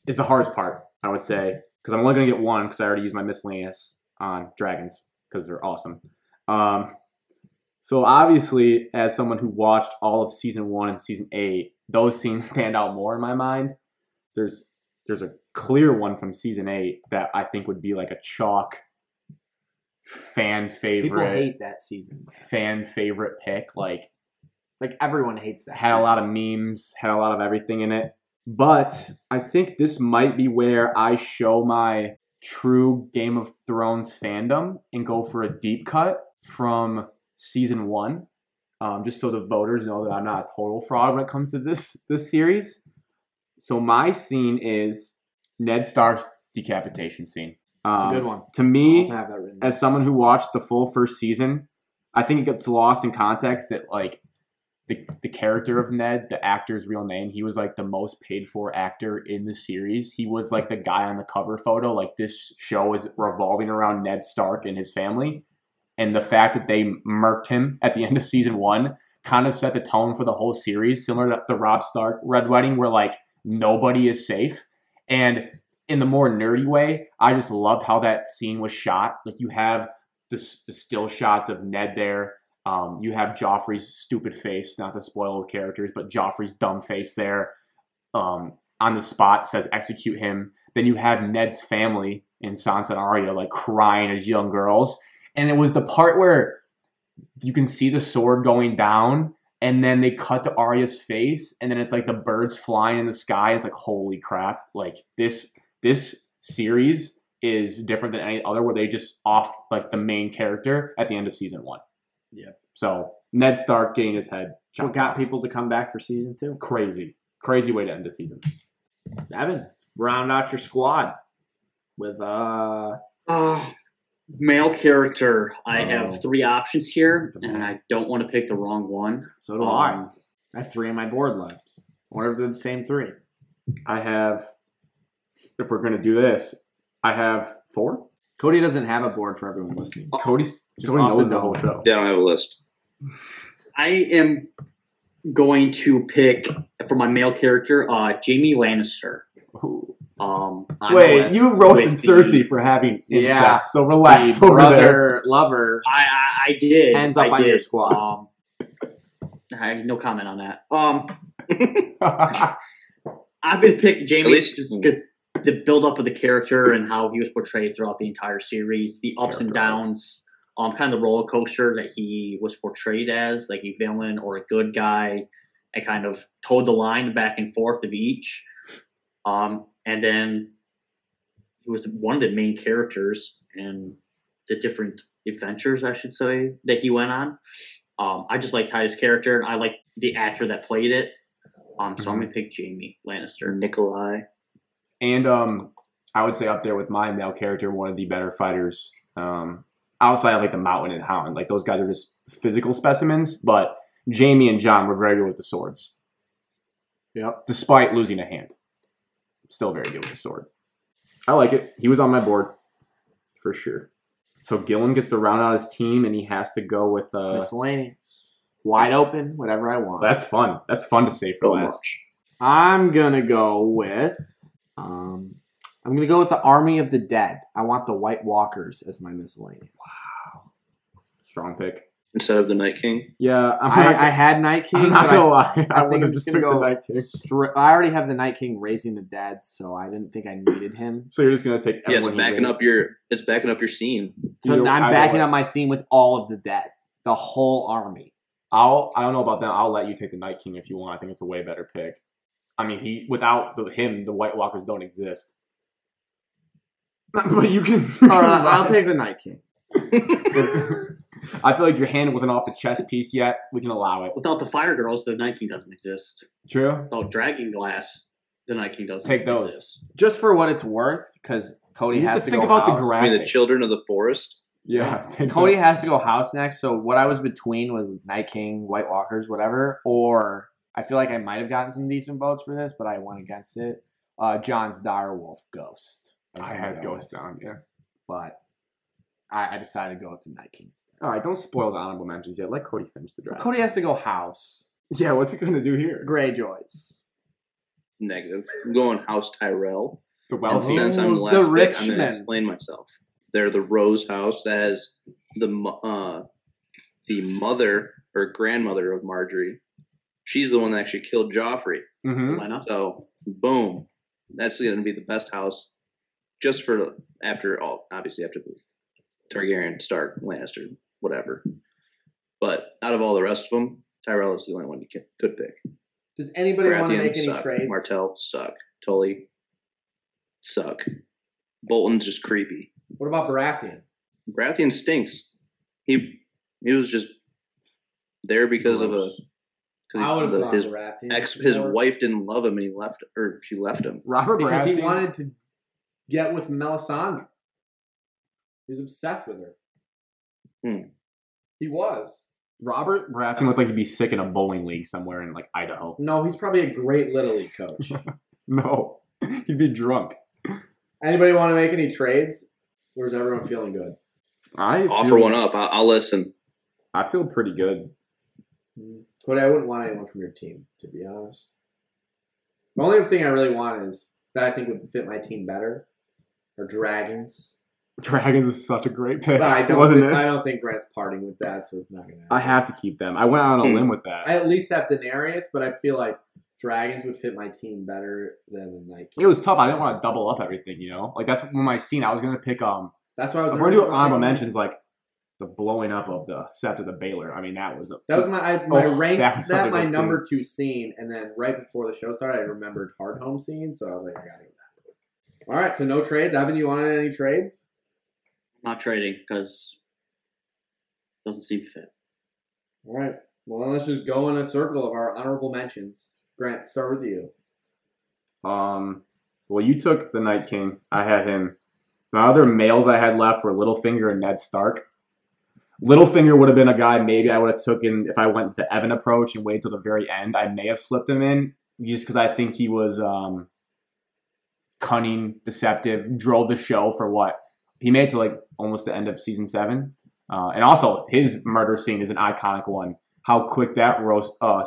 is the hardest part, I would say, because I'm only going to get one because I already used my miscellaneous on dragons because they're awesome. Um, so obviously, as someone who watched all of season one and season eight, those scenes stand out more in my mind. There's there's a clear one from season eight that I think would be like a chalk fan favorite.
People hate that season.
fan favorite pick. Like
Like everyone hates that.
had a lot of memes, had a lot of everything in it. But I think this might be where I show my true Game of Thrones fandom and go for a deep cut from season one, um, just so the voters know that I'm not a total fraud when it comes to this this series. So my scene is Ned Stark's decapitation scene.
It's
Um,
a good one.
To
I
me,
also have that written.
as someone who watched the full first season, I think it gets lost in context that like the the character of Ned, the actor's real name, he was like the most paid for actor in the series. He was like the guy on the cover photo. Like this show is revolving around Ned Stark and his family, and the fact that they murked him at the end of season one kind of set the tone for the whole series, similar to the Rob Stark Red Wedding, where like nobody is safe. And in the more nerdy way, I just loved how that scene was shot. Like you have the, s- the still shots of Ned there. Um, you have Joffrey's stupid face, not to spoil the characters, but Joffrey's dumb face there um, on the spot says execute him. Then you have Ned's family in Sansa and Arya like crying as young girls. And it was the part where you can see the sword going down and then they cut to Arya's face and then it's like the birds flying in the sky. It's like, holy crap. Like this this series is different than any other where they just off like the main character at the end of season one.
Yeah.
So Ned Stark getting his head
What
chopped
got
off.
people to come back for season two?
crazy. Crazy way to end the season.
Evan, round out your squad with uh
Uh, male character. I
Oh.
have three options here,
Come on.
and I don't want to pick the wrong one.
so do I.
Um,
I have three on my board left. I wonder if they're the same three.
I have if we're gonna do this, I have four.
Cody doesn't have a board for everyone listening.
Cody's
Just
Oh, Cody
off the
knows the
dome.
whole show.
Yeah, I don't have a list.
I am going to pick for my male character, uh, Jamie Lannister.
Ooh.
Um,
On the
Wait,
list.
you roasted
With the-
Cersei for having incest,
Yeah.
so
The
relax over there.
brother lover
I, I, I did.
ends up
I
on
did.
your squad.
Um, I no comment on that. Um, I'm gonna pick
At
Jamie
least-
just because the buildup of the character and how he was portrayed throughout the entire series, the ups and
Character arc.
downs, um, kind of the roller coaster that he was portrayed as, like a villain or a good guy, and kind of towed the line back and forth of each. Um, and then he was one of the main characters in the different adventures, I should say, that he went on. Um, I just liked Ty's character, and I like the actor that played it. Um, so
Mm-hmm.
I'm gonna pick Jamie Lannister, Nikolai.
and um I would say up there with my male character, one of the better fighters. Um outside of like the mountain and hound. Like those guys are just physical specimens, but Jamie and John were very good with the swords.
Yep.
Despite losing a hand. Still very good with the sword. I like it. He was on my board for sure. So Gillen gets to round out his team and he has to go with uh
Miscellaneous. Wide open, whatever I want.
that's fun. That's fun to say for
So
last.
I'm gonna go with um I'm gonna go with the Army of the Dead. I want the White Walkers as my miscellaneous.
Strong pick.
Instead of the Night King.
Yeah, I'm not,
I, I had Night King.
am not
but I-
gonna lie.
I,
I,
think
would
I'm
have just
just gonna
picked
go.
the night king.
stri- I already have the Night King raising the dead, so I didn't think I needed him.
So you're just gonna take
Yeah,
everyone he
backing
raised.
up your it's backing up your scene.
So
Either-
I'm
either
backing
way.
up my scene with all of the dead, the whole army.
I'll I don't know about them. I'll let you take the Night King if you want. I think it's a way better pick. I mean, he without the, him, the White Walkers don't exist. But you can.
All right, I'll take the Night King.
I feel like your hand wasn't off the chess piece yet. We can allow it.
Without the Fire Girls, the Night King doesn't exist.
True.
Without Dragon Glass, the Night King doesn't
Take those.
exist.
Just for what it's worth, because Cody
You have
has
to
to
think
go
about the
house.
gra-
I mean the children of the forest.
Yeah. Take
Cody
the-
has to go house next. So what I was between was Night King, White Walkers, whatever. Or I feel like I might have gotten some decent votes for this, but I went against it. Uh, John's Direwolf Ghost. was
I
gonna
had
go
Ghost
with,
down. Yeah.
but I, I decided to go with the Night King. instead.
All right. Don't spoil the honorable mentions yet. Let Cody finish the draft.
Cody has to go house.
Yeah. What's he gonna do here?
Greyjoys.
Negative. I'm going House Tyrell.
The
And
wealthy.
since I'm
Ooh,
the last
the
pick, I'm
Richmond.
gonna explain myself. They're the Rose House that has the mo- uh the mother or grandmother of Marjorie. She's the one that actually killed Joffrey.
Mm-hmm.
Lena?
So boom, that's going to be the best house, just for after all, obviously after the Targaryen, Stark, Lannister, whatever. But out of all the rest of them, Tyrell is the only one you can, could pick.
Does anybody want to
Baratheon uh,
make any
suck.
trades?
Martell suck. Tully suck. Bolton's just creepy.
What about Baratheon?
Baratheon stinks. He he was just there because of a
Gross.
I would
because
have
the-
gone
his
Baratheon.
ex his
Or-
wife didn't love him and he left or she left him.
Robert
because
Baratheon.
he wanted to get with Melisandre. He was obsessed with her. He was.
Robert Baratheon looked like he'd be sick in a bowling league somewhere in like Idaho.
No, he's probably a great little league coach.
No, he'd be drunk.
Anybody want to make any trades? Or is everyone feeling good?
I
Offer
feel-
one up. I'll, I'll listen.
I feel pretty good.
But I wouldn't want anyone from your team, to be honest. The only thing I really want is that I think would fit my team better are dragons.
Dragons is such a great pick,
But I don't.
wasn't
think,
it?
I don't think Grant's parting with that, so it's not gonna.
I
Happen.
have to keep them. I went out on a
Hmm.
limb with that.
I at least have Daenerys, but I feel like dragons would fit my team better than like.
It was tough. I didn't want to double up everything, you know. Like that's when my scene. I was gonna pick um.
That's why I was.
I'm gonna do
originally
honorable
taking-
mentions like the blowing up of the sept of the Baylor. I mean, that was a,
That was my I, my
Oh,
rank.
that
That,
was such a
my
good
number two scene, and then right before the show started, I remembered Hard Home scene, so I was like, I gotta get that. All right, so no trades. Evan, you want any trades?
Not trading because doesn't seem fit.
All right. Well, then let's just go in a circle of our honorable mentions. Grant, start with you.
Um, well, you took the Night King. I had him. My other males I had left were Littlefinger and Ned Stark. Littlefinger would have been a guy maybe I would have taken if I went the Evan approach and waited till the very end. I may have slipped him in just because I think he was um, cunning, deceptive, drove the show for what he made it to like almost the end of season seven. Uh, and also, his murder scene is an iconic one. How quick that roast uh,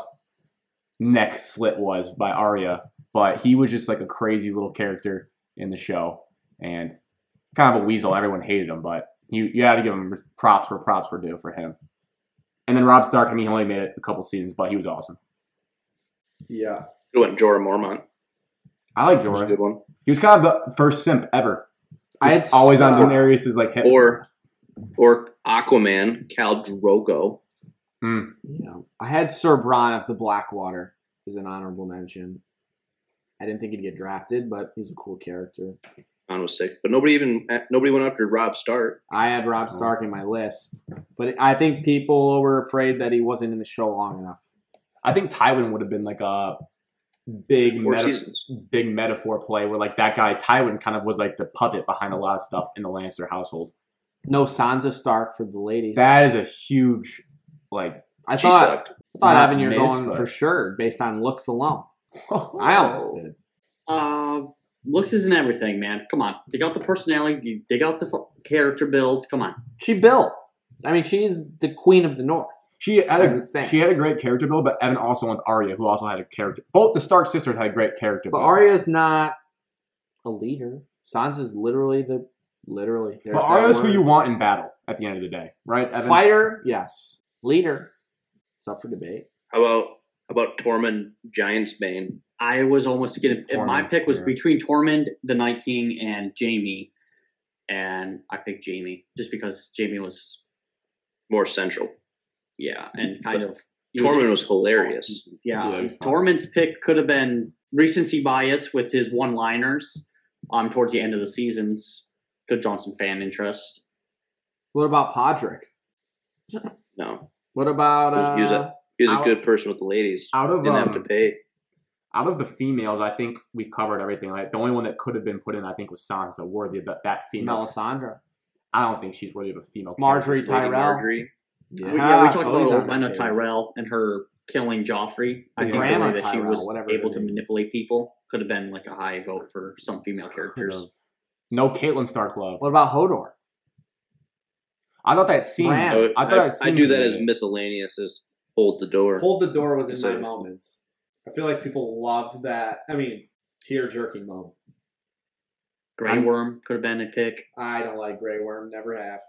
neck slit was by Arya but he was just like a crazy little character in the show and kind of a weasel. Everyone hated him, but you you had to give him props where props were due for him. And then Rob Stark, I mean, he only made it a couple seasons, but he was awesome.
Yeah.
Good one, Jorah Mormont.
I like
That was a
Jorah.
good one.
He was kind of the first simp ever.
I
I
had
always on
some-
Daenerys' like hip.
Or or Aquaman, Cal Drogo.
Mm.
Yeah. I had Sir Bron of the Blackwater as an honorable mention. I didn't think he'd get drafted, but he's a cool character.
Ron was sick, but nobody even eh, nobody went after Rob Stark.
I had Rob
Oh.
Stark in my list, but I think people were afraid that he wasn't in the show long enough.
I think Tywin would have been like a big
Four
meta-
seasons.
big metaphor play where like that guy Tywin kind of was like the puppet behind a lot of stuff in the Lannister household.
No Sansa Stark for the ladies.
That is a huge like.
I
She
thought
sucked.
I thought
Not
Evan, you're
miss,
going
but-
for sure based on looks alone. I almost did.
Uh, looks isn't everything, man. Come on, dig out the personality, dig out the fu- character builds. Come on,
She built. I mean, she's the queen of the north.
She had
As it
a,
stands.
she had a great character build, but Evan also wants Arya, who also had a character. Both the Stark sisters had great character.
But
builds.
Arya's not a leader. Sansa's literally the literally. There's
but
that
Arya's who
word.
you want in battle at the end of the day, right? Evan?
Fighter, yes. Leader, it's up for debate.
How about how about Tormund Giantsbane?
I was almost getting. if my
Tormund,
pick was
yeah.
between Tormund, the Night King, and Jamie, and I picked Jamie just because Jamie was
More central.
yeah, and kind of he was-
Tormund was hilarious.
Yeah,
Yeah, he's fine.
Tormund's pick could have been recency bias with his one-liners um, towards the end of the seasons. Could have drawn some fan interest.
What about Podrick?
No,
What about
Just use
uh,
he was
Out-
a good person with the ladies.
out of
Didn't have to
um,
pay.
out of the females, I think we covered everything. Like the only one that could have been put in, I think, was Sansa, worthy of that, that female.
Melisandre?
I don't think she's worthy of a female.
Marjorie
character.
Lady
Tyrell.
Marjorie.
We, yeah, we talked
Cody's
about
Oh, on
old
that
Lena
case.
Tyrell and her killing Joffrey. I
The
think the
grandma
way that she
Tyrell,
was
whatever
able
her
to
name is.
manipulate people could have been like a high vote for some female characters.
Could've. No Caitlyn Stark love.
What about Hodor?
I thought that scene.
Bran.
I
I, would-
thought
I,
that
I
scene.
do that as miscellaneous as hold the door.
Hold the door was in
So-
my moments. I feel like people loved that. I mean, tear jerking moment.
Grey
I'm-
Worm could have been a pick.
I don't like Grey Worm. Never have.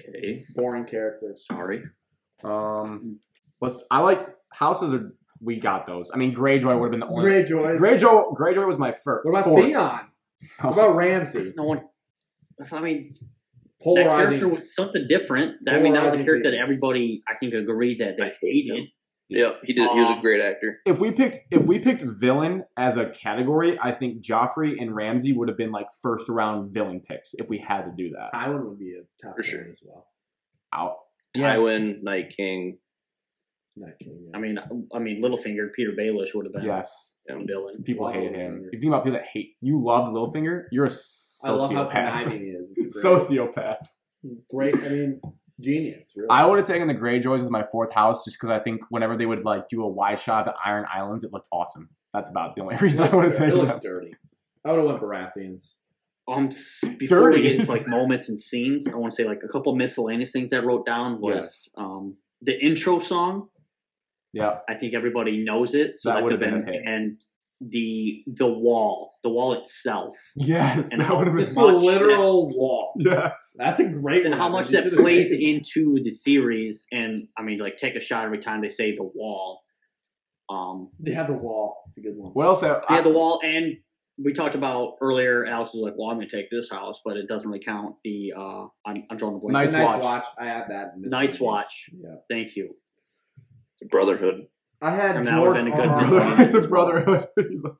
Okay,
Boring character.
sorry.
Um, let's. I like houses. Are, we got those. I mean, Greyjoy would have been the only.
Greyjoys.
Greyjoy, Greyjoy was my first.
What about
fourth.
Theon? What about Ramsey?
No one. I mean, that
Polarizing.
character was something different. I mean, that was a
Polarizing
character that
people.
everybody, I think, agreed that
I
they
hate him.
hated.
Yep, he did. He was a
Um,
great actor.
if we picked if we picked villain as a category, I think Joffrey and Ramsey would have been like first round villain picks if we had to do that.
Tywin would be a top
For
villain
sure.
as well.
Out.
Tywin, Night King.
Not kidding.
I mean, I mean, Littlefinger, Peter Baelish would have been
Yes.
a villain.
People
Love
hated him.
Littlefinger.
If you think about people that hate you loved Littlefinger, you're a
I love how
sociopath.
conniving he is. It's a great,
sociopath.
great. I mean, Genius. Really.
I would have taken the Greyjoys as my fourth house just because I think whenever they would like do a wide shot of the Iron Islands, it looked awesome. That's about the only reason I would have
It
taken them.
looked dirty. I would have went Baratheons.
Um, s- before
Dirty.
we get into like moments and scenes, I want to say like a couple miscellaneous things I wrote down was um the intro song.
Yeah,
I think everybody knows it, so
That
that, could
would've
have been,
been a hit.
and the the wall, the wall itself,
yes,
And
that
how-
would have
This is
been.
a
much
literal wall.
Yes,
That's a great
and
one.
how much
You
that
should've
plays
taken it.
into the series. And I mean, like take a shot every time they say the wall. Um,
Yeah, the wall. It's a good one.
What else? Have,
yeah, the wall, and we talked about earlier. Alex was like, "Well, I'm going to take this house," but it doesn't really count the. uh I'm, I'm drawing the blank.
Night's
The Night's
Watch.
I had that. in this
Night's
one.
Watch.
Yeah.
Thank you.
Brotherhood.
I had
And that
George
would've
R.
been a
It's
good
a
This
brother-
one
it's a
as well.
brotherhood. He's like-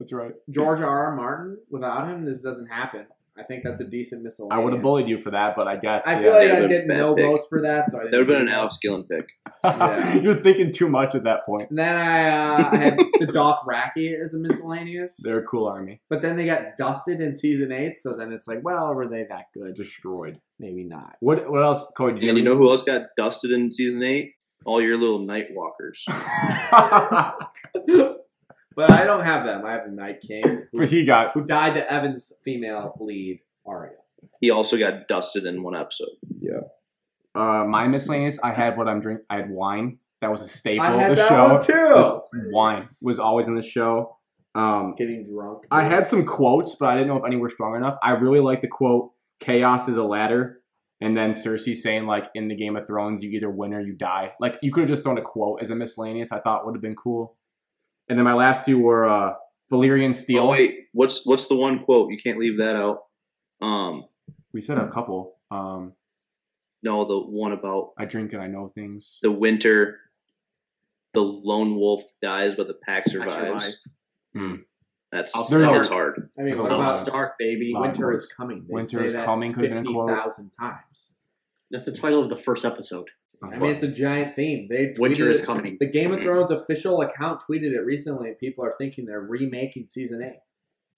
That's right.
George R. R. Martin. Without him, this doesn't happen. I think that's a decent
I
miscellaneous.
would have bullied you for that, but I guess
I
yeah.
feel like
That
I'd
would've
get
been
no
bad pick.
votes for that, so I
That
didn't.
would have been
do
an
that.
Alex Gillen pick.
Yeah.
You're thinking too much at that point.
And then I, uh, I had the Dothraki as a miscellaneous.
They're a cool army.
but then they got dusted in season eight, so then it's like, well, were they that good?
Destroyed.
Maybe not.
What? What else, Cody? did
And you
have-
know who else got dusted in season eight? All your little night walkers.
But I don't have them. I have the Night King, who,
But he got
who died to Evan's female lead, Arya.
He also got dusted in one episode.
uh, my miscellaneous. I had what I'm drink. I had wine. That was a staple
I
of
had
the
that
show.
one too.
This wine was always in the show. Um,
Getting drunk.
I had some quotes, but I didn't know if any were strong enough. I really like the quote "Chaos is a ladder," and then Cersei saying like in the Game of Thrones, you either win or you die. Like you could have just thrown a quote as a miscellaneous. I thought would have been cool. And then my last two were uh, Valyrian steel.
Oh wait, what's what's the one quote? You can't leave that out. Um,
We said a couple. Um,
no, the one about
I drink and I know things.
the winter. The lone wolf dies, but the pack survives.
survived.
Hmm.
That's
I'll
that
say
was
it.
hard.
I mean,
There's a
what
lot
I'm
of
about
stuff.
Stark, baby.
Lot.
Winter is coming? They
Winter
say
is
that
coming could've been a quote.
50,000 times.
That's the title of the first episode.
I mean, it's a giant theme. They
Winter
tweeted
is
it-
coming.
The Game of Thrones official account tweeted it recently, and people are thinking they're remaking season eight.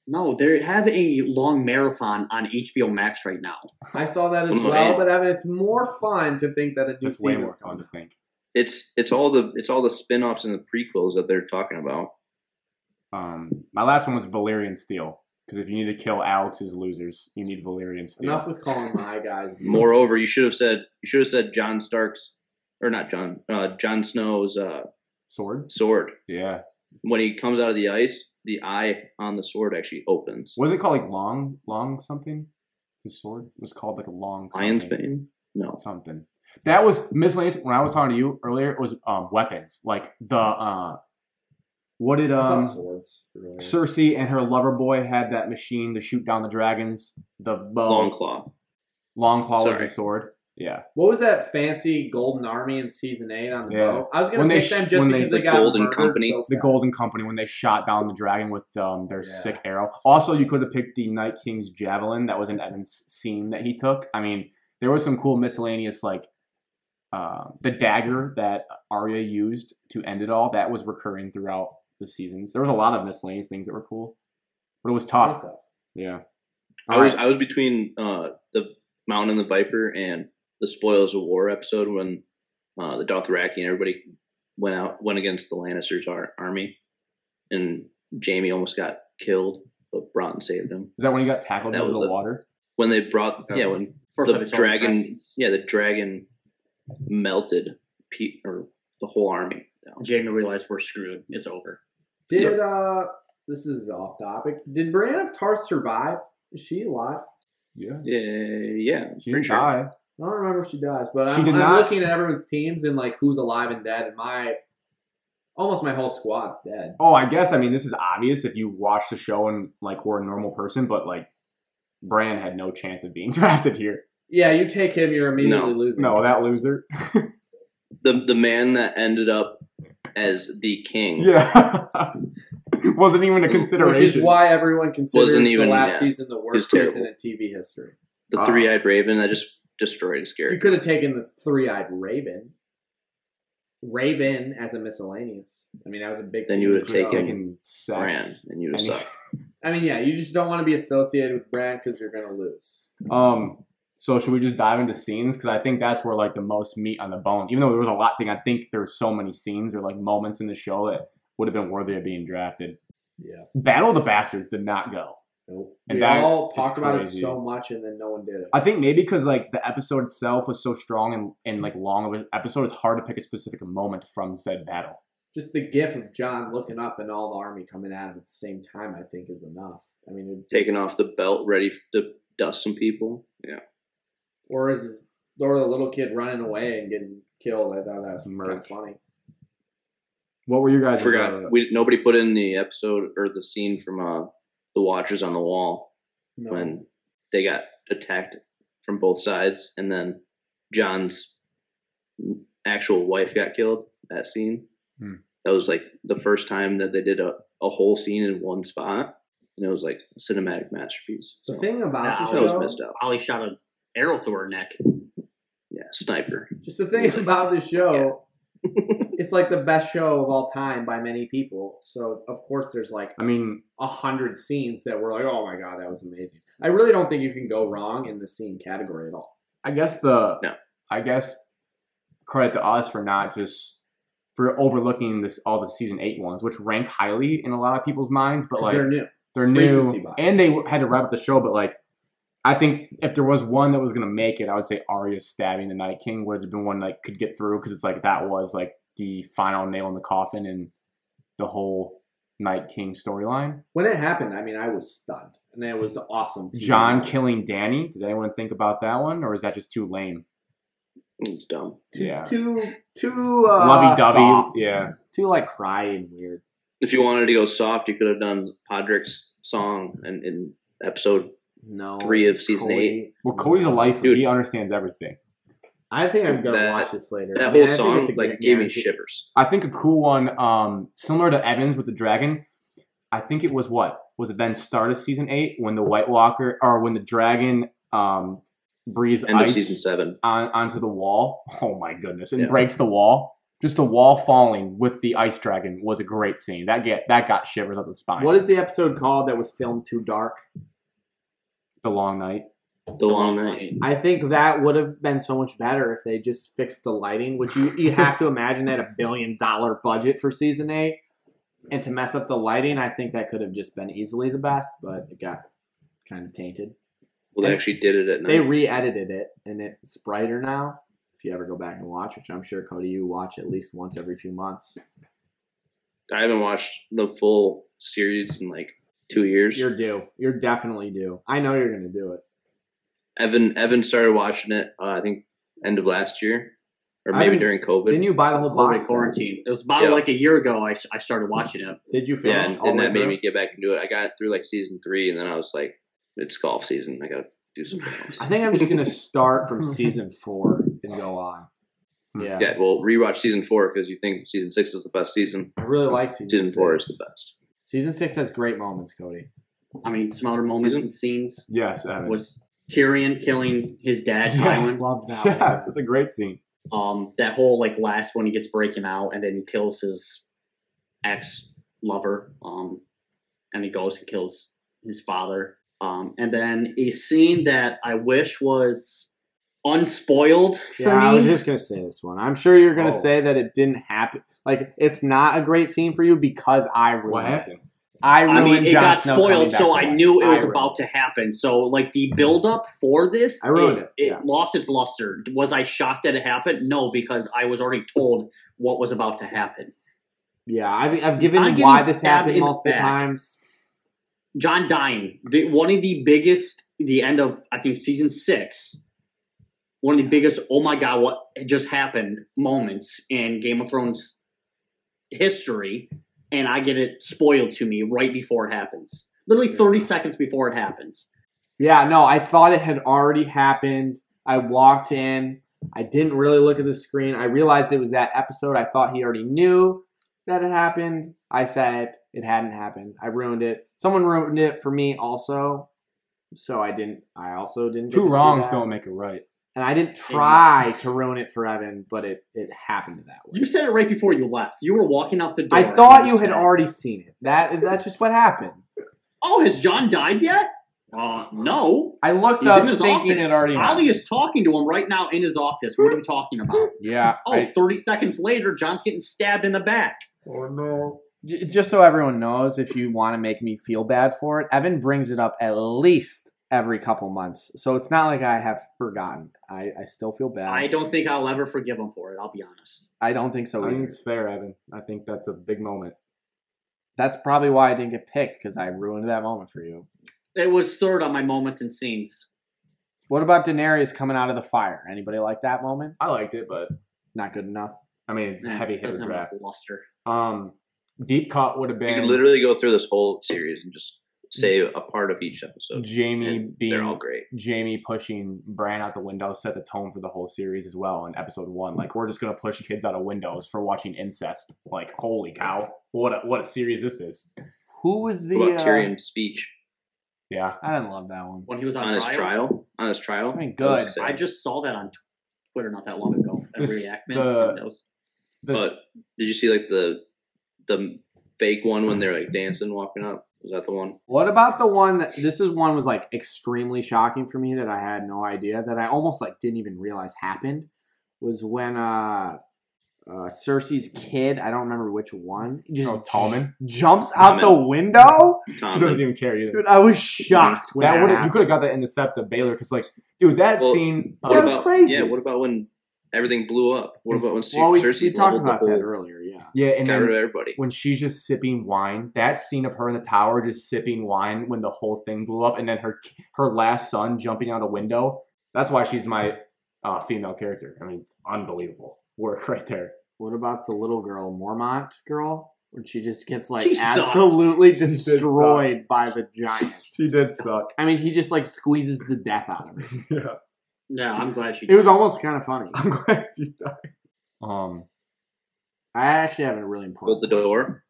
No, they have a long marathon on HBO Max right now.
I saw that as
Mm,
well,
man.
but I mean, it's more fun to think that a new
That's way
season's
more fun
coming.
to think.
It's it's all the it's all the spin-offs and the prequels that they're talking about.
Um, my last one was Valyrian steel because if you need to kill Alex's losers, you need Valyrian steel.
Enough with calling my guys.
Hmm. Moreover, you should have said you should have said John Stark's or not John uh, John Snow's uh,
Sword.
sword
Yeah.
when he comes out of the ice. The eye on the sword actually opens.
What is it called? Like long, long something. His sword was called like a long
Lion's
something.
Bane? No.
Something that was miscellaneous. When I was talking to you earlier, it was um, weapons. Like the uh, what did
I thought
um
swords. earlier.
Cersei and her lover boy had that machine to shoot down the dragons. The bow,
Long Claw.
long claw was
Sorry.
the sword. Yeah,
What was that fancy golden army in season eight on the
Yeah.
boat? I was gonna
When they
pick them
sh-
just
when they
because
sh-
they, got
Golden
murdered
Company.
so
the
fast.
Golden Company when they shot down the dragon with um, their
Yeah.
sick arrow. Also, you could have picked the Night King's javelin. That was an Evans scene that he took. I mean, there was some cool miscellaneous like uh, the dagger that Arya used to end it all. That was recurring throughout the seasons. There was a lot of miscellaneous things that were cool, but it was
Fun
tough.
stuff.
Yeah.
I was I was between uh, the Mountain and the Viper and the Spoils of War episode when uh, the Dothraki and everybody went out went against the Lannisters ar- army, and Jamie almost got killed, but Bronn saved him.
Is that when he got tackled
That
into the
was the-
water?
When they brought
Yeah.
yeah when
First
The
episode.
dragon- yeah the dragon melted Pete or the whole army down.
Jamie realized we're screwed. It's over.
Did uh, this is off topic. Did Brienne of Tarth survive? Is she alive?
Yeah.
Yeah, yeah, I'm
She
pretty
didn't
sure.
die.
I don't remember if she dies, but
She
I'm,
did
I'm
not-
looking at everyone's teams and like who's alive and dead, and my almost my whole squad's dead.
Oh, I guess. I mean, this is obvious if you watch the show and like were a normal person, but like Bran had no chance of being drafted here.
Yeah, you take him, you're immediately losing.
No, that loser.
The the man that ended up as the king.
Yeah, wasn't even a consideration.
Which is why everyone considers
Wasn't
the
even-
last
yeah.
season the worst
It's terrible.
season in TV history.
the
Ah.
three-eyed raven that just destroyed and
You
scared.
could have taken the three-eyed Raven, Raven as a miscellaneous. I mean, that was a big.
Then
thing.
you would have
Could've
taken
sex.
Bran, and you would
Any-
suck.
I mean, yeah, you just don't want to be associated with Brand because you're gonna lose.
Um, So should we just dive into scenes? Because I think that's where like the most meat on the bone. Even though there was a lot to, I think there's so many scenes or like moments in the show that would have been worthy of being drafted.
Yeah.
Battle of the Bastards did not go.
Nope.
And
we
that
all
is
talked about it
crazy.
so much, and then no one did it.
I think maybe because like the episode itself was so strong and, and like long of an episode, it's hard to pick a specific moment from said battle.
Just the gif of John looking up and all the army coming at him at the same time, I think, is enough. I mean, it,
Taking off the belt, ready to dust some people. Yeah.
or is or the little kid running away and getting killed? I thought that was kind of
Merch.
funny.
What were your
I
guys? uh,
forgot. We nobody put in the episode or the scene from uh, the Watchers on the Wall
No,
when they got attacked from both sides, and then John's actual wife got killed. That scene.
Hmm.
That was like the first time that they did a, a whole scene in one spot, and it was like a cinematic masterpiece.
the
So,
thing about
that
No,
the show,
was missed out.
Ollie shot an arrow through her neck.
Yeah, sniper.
Just the thing about this show, it's like the best show of all time by many people. So of course there's like
I mean,
a hundred scenes that were like, oh my god, that was amazing. I really don't think you can go wrong in the scene category at all.
I guess the
No.
I guess credit to us for not just for overlooking this all the season eight ones, which rank highly in a lot of people's minds, but
'Cause
like
they're new.
they're
It's
new
recency bias.
and they had to wrap up the show but like i think if there was one that was going to make it i would say Arya stabbing the night king would have been one that could get through because it's like that was like the final nail in the coffin and the whole night king storyline
When it happened, I mean, I was stunned, and it was awesome. TV.
john killing danny did anyone think about that one or is that just too lame
It's dumb.
Too,
Yeah.
too, too uh,
lovey-dovey
soft.
yeah
Too like crying weird.
If you wanted to go soft, you could have done Podrick's song and in episode
No.
three of season
Cody.
eight.
well cody's a lifer
Dude.
he understands everything
I think I'm gonna
That-
watch this later. I
That
mean, I
whole
think
song
it's a
like
great
gave me
guarantee.
shivers.
i think a cool one um similar to evans with the dragon i think it was what was it then start of season eight when the white walker or when the dragon um breathes
End
ice
of season seven.
on, onto the wall. Oh my goodness! And
Yeah.
breaks the wall. Just the wall falling with the ice dragon was a great scene. That get that got shivers up the spine.
What is the episode called that was filmed too dark?
the long night?
The long night.
I think that would have been so much better if they just fixed the lighting, which you, you have to imagine at a billion dollar budget for season eight. And to mess up the lighting, I think that could have just been easily the best, but it got kind of tainted.
Well, they actually did it at night.
They re edited it and it's brighter now. If you ever go back and watch, which I'm sure Cody, you watch at least once every few months.
I haven't watched the full series in like two years.
You're due. You're definitely due. I know you're gonna do it.
Evan Evan started watching it. Uh, I think end of last year, or
I
maybe
haven't-
during
Didn't
COVID.
you buy the whole
Holy
box? set?
quarantine. It was about
Yeah.
like a year ago. I, I started watching it.
Did you
Yeah,
finish
and,
all
and
the
that
way
made
through?
me get back into it. I got it through like season three, and then I was like, it's golf season. I gotta do something. Else.
I think I'm just gonna start from season four and go on.
Hmm.
Yeah,
yeah, well, rewatch season four because you think season six is the best season.
I really like season.
Season
six.
four is the best.
Season six has great moments, Cody.
I mean, some other moments
Isn't-
and scenes
Yes, Evan.
was Tyrion killing his dad,
Yeah.
I
Tywin.
love that.
Yes,
One.
it's a great scene.
Um, that whole like last one, he gets breaking out and then he kills his ex lover. Um, and he goes and kills his father. Um, and then a scene that I wish was unspoiled for
Yeah, I
me.
was just gonna say this one. I'm sure you're gonna
Oh.
say that it didn't happen. Like it's not a great scene for you because I ruined.
What happened?
It. I ruined.
I mean, it
Jon
got
Snow coming
spoiled,
back
so
to
I
life.
knew it was
ruined
about to happen. So, like the buildup for this,
I ruined it, yeah.
lost its luster. Was I shocked that it happened? No, because I was already told what was about to happen.
Yeah, I've, I've given
I
you
give
why
you
this
stab in
happened
the
multiple
back.
times.
John dying, the, one of the biggest, the end of I think season six, one of the biggest. Oh my god, what just happened? Moments in Game of Thrones history, and I get it spoiled to me right before it happens. Literally thirty seconds before it happens.
Yeah, no, I thought it had already happened. I walked in. I didn't really look at the screen. I realized it was that episode. I thought he already knew that it happened. I said it. It hadn't happened. I ruined it. Someone ruined it for me also. So I didn't. I also didn't. get
Two
to see
wrongs
that.
don't make it right.
And I didn't try to ruin it for Evan, but it it happened that way.
You said it right before you left. You were walking out the door.
I thought you
said,
had already seen it. That that's just what happened.
Oh, has John died yet? Uh, no.
I looked
He's
up
in his
thinking
office.
it already.
Ali is talking to him right now in his office. What are we talking about?
Yeah.
Oh,
I-
30 seconds later, John's getting stabbed in the back.
Oh no.
J- just so everyone knows, if you want to make me feel bad for it, Evan brings it up at least every couple months. So it's not like I have forgotten. I, I still feel bad.
I don't think I'll ever forgive him for it. I'll be honest.
I don't think so
I think
either.
it's fair, Evan. I think that's a big moment.
That's probably why I didn't get picked because I ruined that moment for you.
It was third on my moments and scenes.
What about Daenerys coming out of the fire? Anybody like that moment?
I liked it, but
Not good enough.
I mean, it's a
Eh,
heavy hitter
doesn't have enough
draft.
luster.
Um, deep cut would have
You
been
can literally go through this whole series and just say a part of each episode.
Jamie
And They're all
being
great.
Jamie pushing Bran out the window set the tone for the whole series as well in episode one. Like we're just gonna push kids out of windows for watching incest. Like holy cow, what a, what a series this is.
Who was the?
What about
uh,
Tyrion's speech
Yeah,
I didn't love that one.
When he was on,
on his trial? On his trial?
I mean,
That was
good.
sick.
I just saw that on Twitter not that long ago. A
This-
reenactment.
the-
That was-
The-
but did you see like the the fake one when they're like dancing, walking up? Was that the one?
What about the one that this is one was like extremely shocking for me that I had no idea that I almost like didn't even realize happened was when uh uh Cersei's kid, I don't remember which one,
you
just
know Oh, Tallman
jumps out the window.
she doesn't
Common.
even care either.
Dude, I was shocked when
that
that,
would
happened.
you could have got that in the sept of Baylor because like dude that
Well,
scene.
That
of-
was crazy.
Yeah. What about when everything blew up? What about when Cer-
well, we,
Cersei
we talked
leveled the
about that
whole-
earlier, yeah.
yeah, and
Got
then
rid of everybody.
when she's just sipping wine. That scene of her in the tower just sipping wine when the whole thing blew up, and then her her last son jumping out a window. That's why she's my uh, female character. I mean, unbelievable work right there.
What about the little girl, Mormont girl? When she just gets like
She sucked.
absolutely
did suck.
destroyed by the giants.
She did suck.
I mean, he just like squeezes the death out of her.
yeah,
yeah, I'm glad she
It was almost kind of funny.
I'm glad she died. Um,
I actually have a really important.
Hold the door.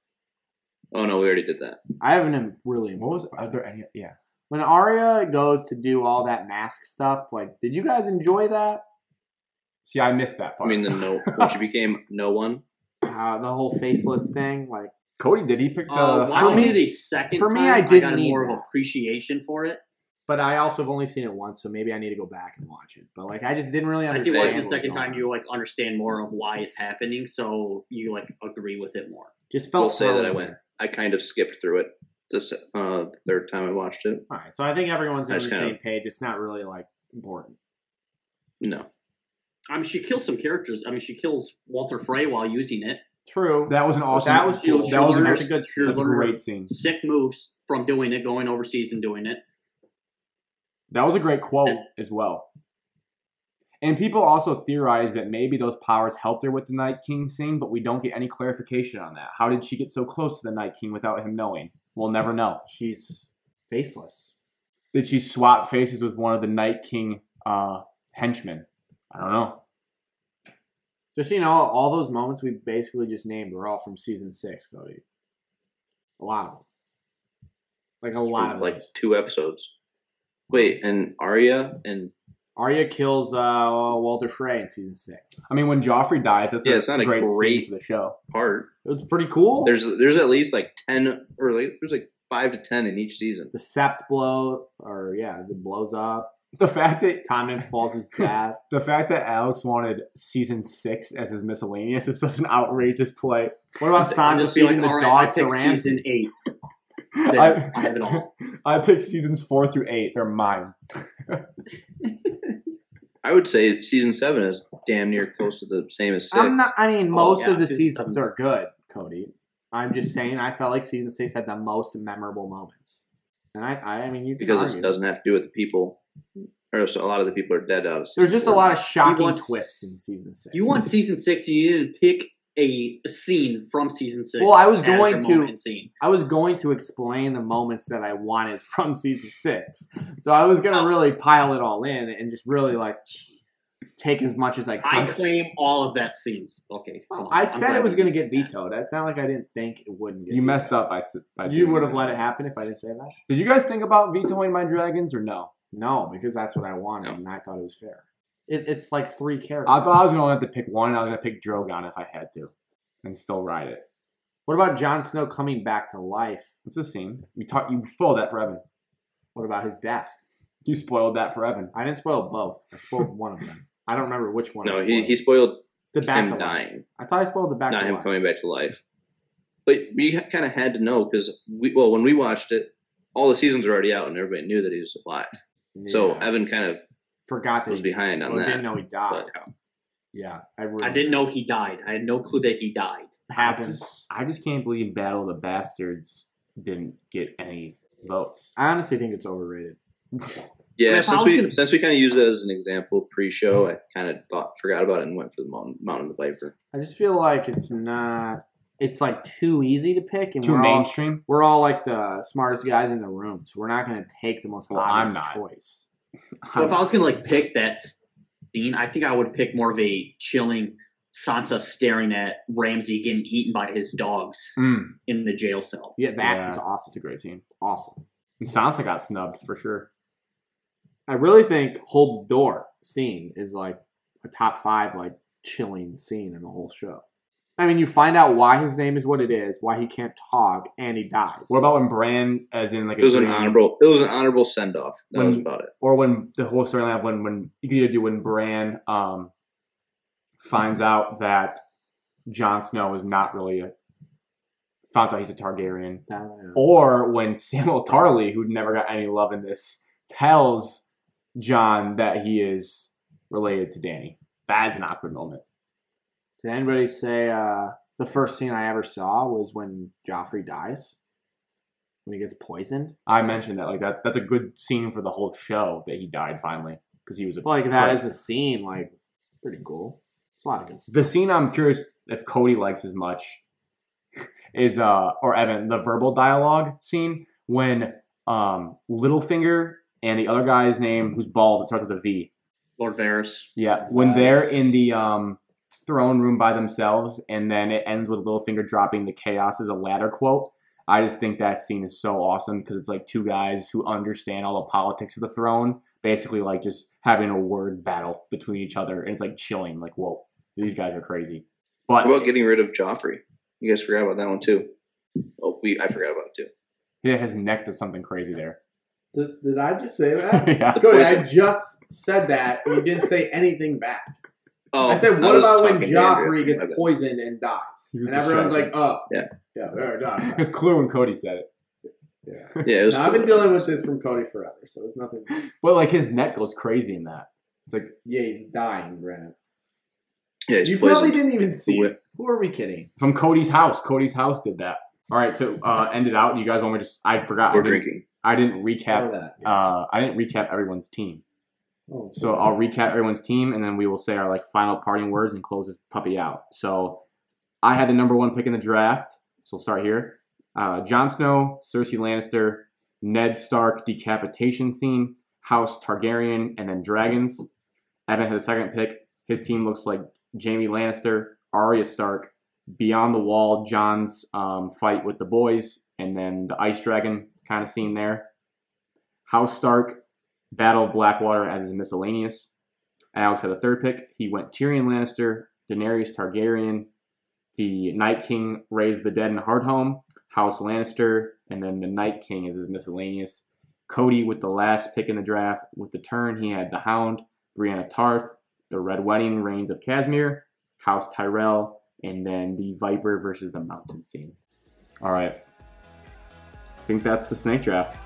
Oh no, we already did that.
I have an im- really important.
what was are there any? Yeah,
When Arya goes to do all that mask stuff, like, did you guys enjoy that?
see, I missed that
I
part.
mean, the no when she became no one.
Uh, the whole faceless thing, like,
Cody did he pick the?
Uh,
for
watching
me-
it a second
for me,
time,
I
got
didn't need
more of
that.
appreciation for it.
but I also have only seen it once, so maybe I need to go back and watch it. But like, I just didn't really
I
understand.
think watching
what
the
was
second
going
time,
on.
you like understand more of why it's happening, so you like agree with it more.
just
I'll
felt.
say that I
thrown.
went. I kind of skipped through it this uh, the third time I watched it.
All right, so I think everyone's
I
on the
just kinda-
same page. It's not really like important.
No,
I mean, she kills some characters. I mean, she kills Walter Frey while using it.
True.
that was an awesome.
that was
cool.
that was an
That's
awesome,
a good
Sure.
that's a great scene.
Sick moves from doing it, going overseas and doing it.
That was a great quote as well. And people also theorize that maybe those powers helped her with the Night King scene, but we don't get any clarification on that. How did she get so close to the Night King without him knowing? We'll never know.
She's faceless.
Did she swap faces with one of the Night King uh, henchmen? I don't know.
Just so you know, all those moments we basically just named were all from season six, Cody. A lot of them. Like a lot of
like
those.
two episodes. Wait, and Arya and
Arya kills uh, Walter Frey in season six.
I mean, when Joffrey dies, that's
Yeah,
a,
it's not a
great,
great-
scene for the show.
Hart.
It's pretty cool.
There's there's at least like ten or like there's like five to ten in each season.
the sept blow, or yeah, it blows up.
The fact that
Condon falls his death.
the fact that Alex wanted season six as his miscellaneous is such an outrageous play.
What about
I'm
Sansa
just be like,
feeding the
all right, I
dogs to
picked
Ramsay?
season eight.
I,
There, I have it all.
I picked seasons four through eight. They're mine.
I would say season seven is damn near close to the same as 6
I'm not. I mean, most
yeah,
of the
season
seasons
seven's-
are good, Cody. I'm just saying, I felt like season six had the most memorable moments, and I, I, I mean, you can
because
argue.
it doesn't have to do with the people. Or so a lot of the people are dead out of season
There's just a
four.
lot of shocking
wants-
twists in season six.
You want season six, and you didn't pick a scene from season six.
Well, I was
as your
going to-
moment and Scene.
I was going to explain the moments that I wanted from season six, so I was gonna really pile it all in and just really like take as much as I
I
could.
claim all of that scenes. Okay. come
Well,
on.
I,
I'm
said
glad
it was
we
gonna
did
get
that.
vetoed. It's not like I didn't think it wouldn't. get
You
vetoed.
messed up. I, said- I
You would have let it happen if I didn't say that.
Did you guys think about vetoing my dragons or no?
No, because that's what I wanted, and I thought it was fair. It, it's like three characters.
I thought I was going to have to pick one. and I was going to pick Drogon if I had to, and still ride it.
what about Jon Snow coming back to life?
What's the scene? You talk. You spoiled that for Evan.
What about his death?
You spoiled that for Evan.
I didn't spoil both. I spoiled one of them. I don't remember which one. I
No,
spoiled.
he, he spoiled
the back
him
to life.
dying,
I thought I spoiled the back
not
to
him
life.
coming back to life. But we kind of had to know because we well when we watched it, all the seasons were already out and everybody knew that he was alive. So
Yeah.
Evan kind of
forgot that
was
he
behind on
well, didn't
that.
know he died.
But um,
yeah, I, really
I didn't know he died. I had no clue that he died.
happens.
I just can't believe Battle of the Bastards didn't get any votes.
I honestly think it's overrated.
I mean,
yeah,
if I
since
was
we,
gonna-
since we kind of used that as an example pre-show, I kind of thought forgot about it and went for the Mountain, Mountain of the Viper.
I just feel like it's not. It's like too easy to pick, and
Too
we're all,
mainstream.
we're all like the smartest guys in the room, so we're not going to take the most
Well, I'm
obvious
not.
choice.
But if I was gonna like pick that scene, I think I would pick more of a chilling Sansa staring at Ramsay getting eaten by his dogs
Mm,
in the jail cell.
Yeah, that is
Yeah.
awesome.
it's a great scene.
Awesome.
And Sansa got snubbed for sure.
I really think hold the door scene is like a top five like chilling scene in the whole show. I mean, you find out why his name is what it is, why he can't talk, and he dies.
What about when Bran, as in like
It was an
dream-
honorable. It was an honorable send off. That
When-
Mm.
was about it.
or when the whole storyline of when when you could either do when Bran um finds out that Jon Snow is not really a finds out he's a Targaryen,
Uh,
or when Samuel Tarly, who never got any love in this, tells John that he is related to Danny. That is an awkward moment.
Did anybody say uh, the first scene I ever saw was when Joffrey dies? When he gets poisoned?
I mentioned that like that that's a good scene for the whole show that he died finally because he was a
Like, that is a scene, like, pretty cool. It's a lot of good stuff.
The scene I'm curious if Cody likes as much is uh or Evan the verbal dialogue scene when um Littlefinger and the other guy's name who's bald that starts with a V.
Lord Varys.
Yeah, when they're
Yes.
in the um throne room by themselves and then it ends with Littlefinger dropping the chaos as a ladder quote. I just think that scene is so awesome because it's like two guys who understand all the politics of the throne, basically like just having a word battle between each other and it's like chilling like whoa, these guys are crazy. But
What about getting rid of Joffrey? You guys forgot about that one too. Oh, we I forgot about it too.
Yeah, his neck does something crazy there.
Did, did I just say that?
yeah.
Cody, I just said that, and you didn't say anything back.
Oh,
I said, what
was
about when
talking to Andrea.
Joffrey gets
My bad.
poisoned and dies?
He was
And everyone's like,
distracted.
oh.
Yeah.
Yeah, there it dies.
It's clear when Cody said it.
Yeah, it was
Now, I've been
cool.
dealing with this from Cody forever, so it's nothing.
But like his neck goes crazy in that. It's like
Yeah, he's dying, Brad.
Yeah, he's
You probably
poisoned.
didn't even see
The
it. Who are we kidding?
from Cody's house. Cody's house did that. All right, so uh, end it out. You guys want me to just? I forgot.
We're
I didn't,
drinking.
I didn't
Know
recap.
that.
Uh, I didn't recap everyone's team.
Oh,
So I'll recap everyone's team, and then we will say our like final parting words and close this puppy out. So I had the number one pick in the draft. So we'll start here. Uh, Jon Snow, Cersei Lannister, Ned Stark decapitation scene, House Targaryen, and then dragons. Evan had the second pick. His team looks like Jamie Lannister, Arya Stark, Beyond the Wall, John's um, fight with the boys, and then the Ice Dragon kind of scene there. House Stark, Battle of Blackwater as his miscellaneous. Alex had the third pick. He went Tyrion Lannister, Daenerys Targaryen, the Night King raised the dead in Hardhome, House Lannister, and then the Night King is his miscellaneous. Cody with the last pick in the draft. With the turn, he had the Hound, Brienne of Tarth, the Red Wedding, Reigns of Casimir, House Tyrell, and then the Viper versus the Mountain scene. All right. I think that's the snake draft.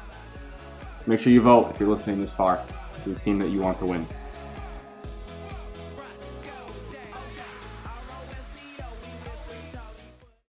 Make sure you vote if you're listening this far. The team that you want to win.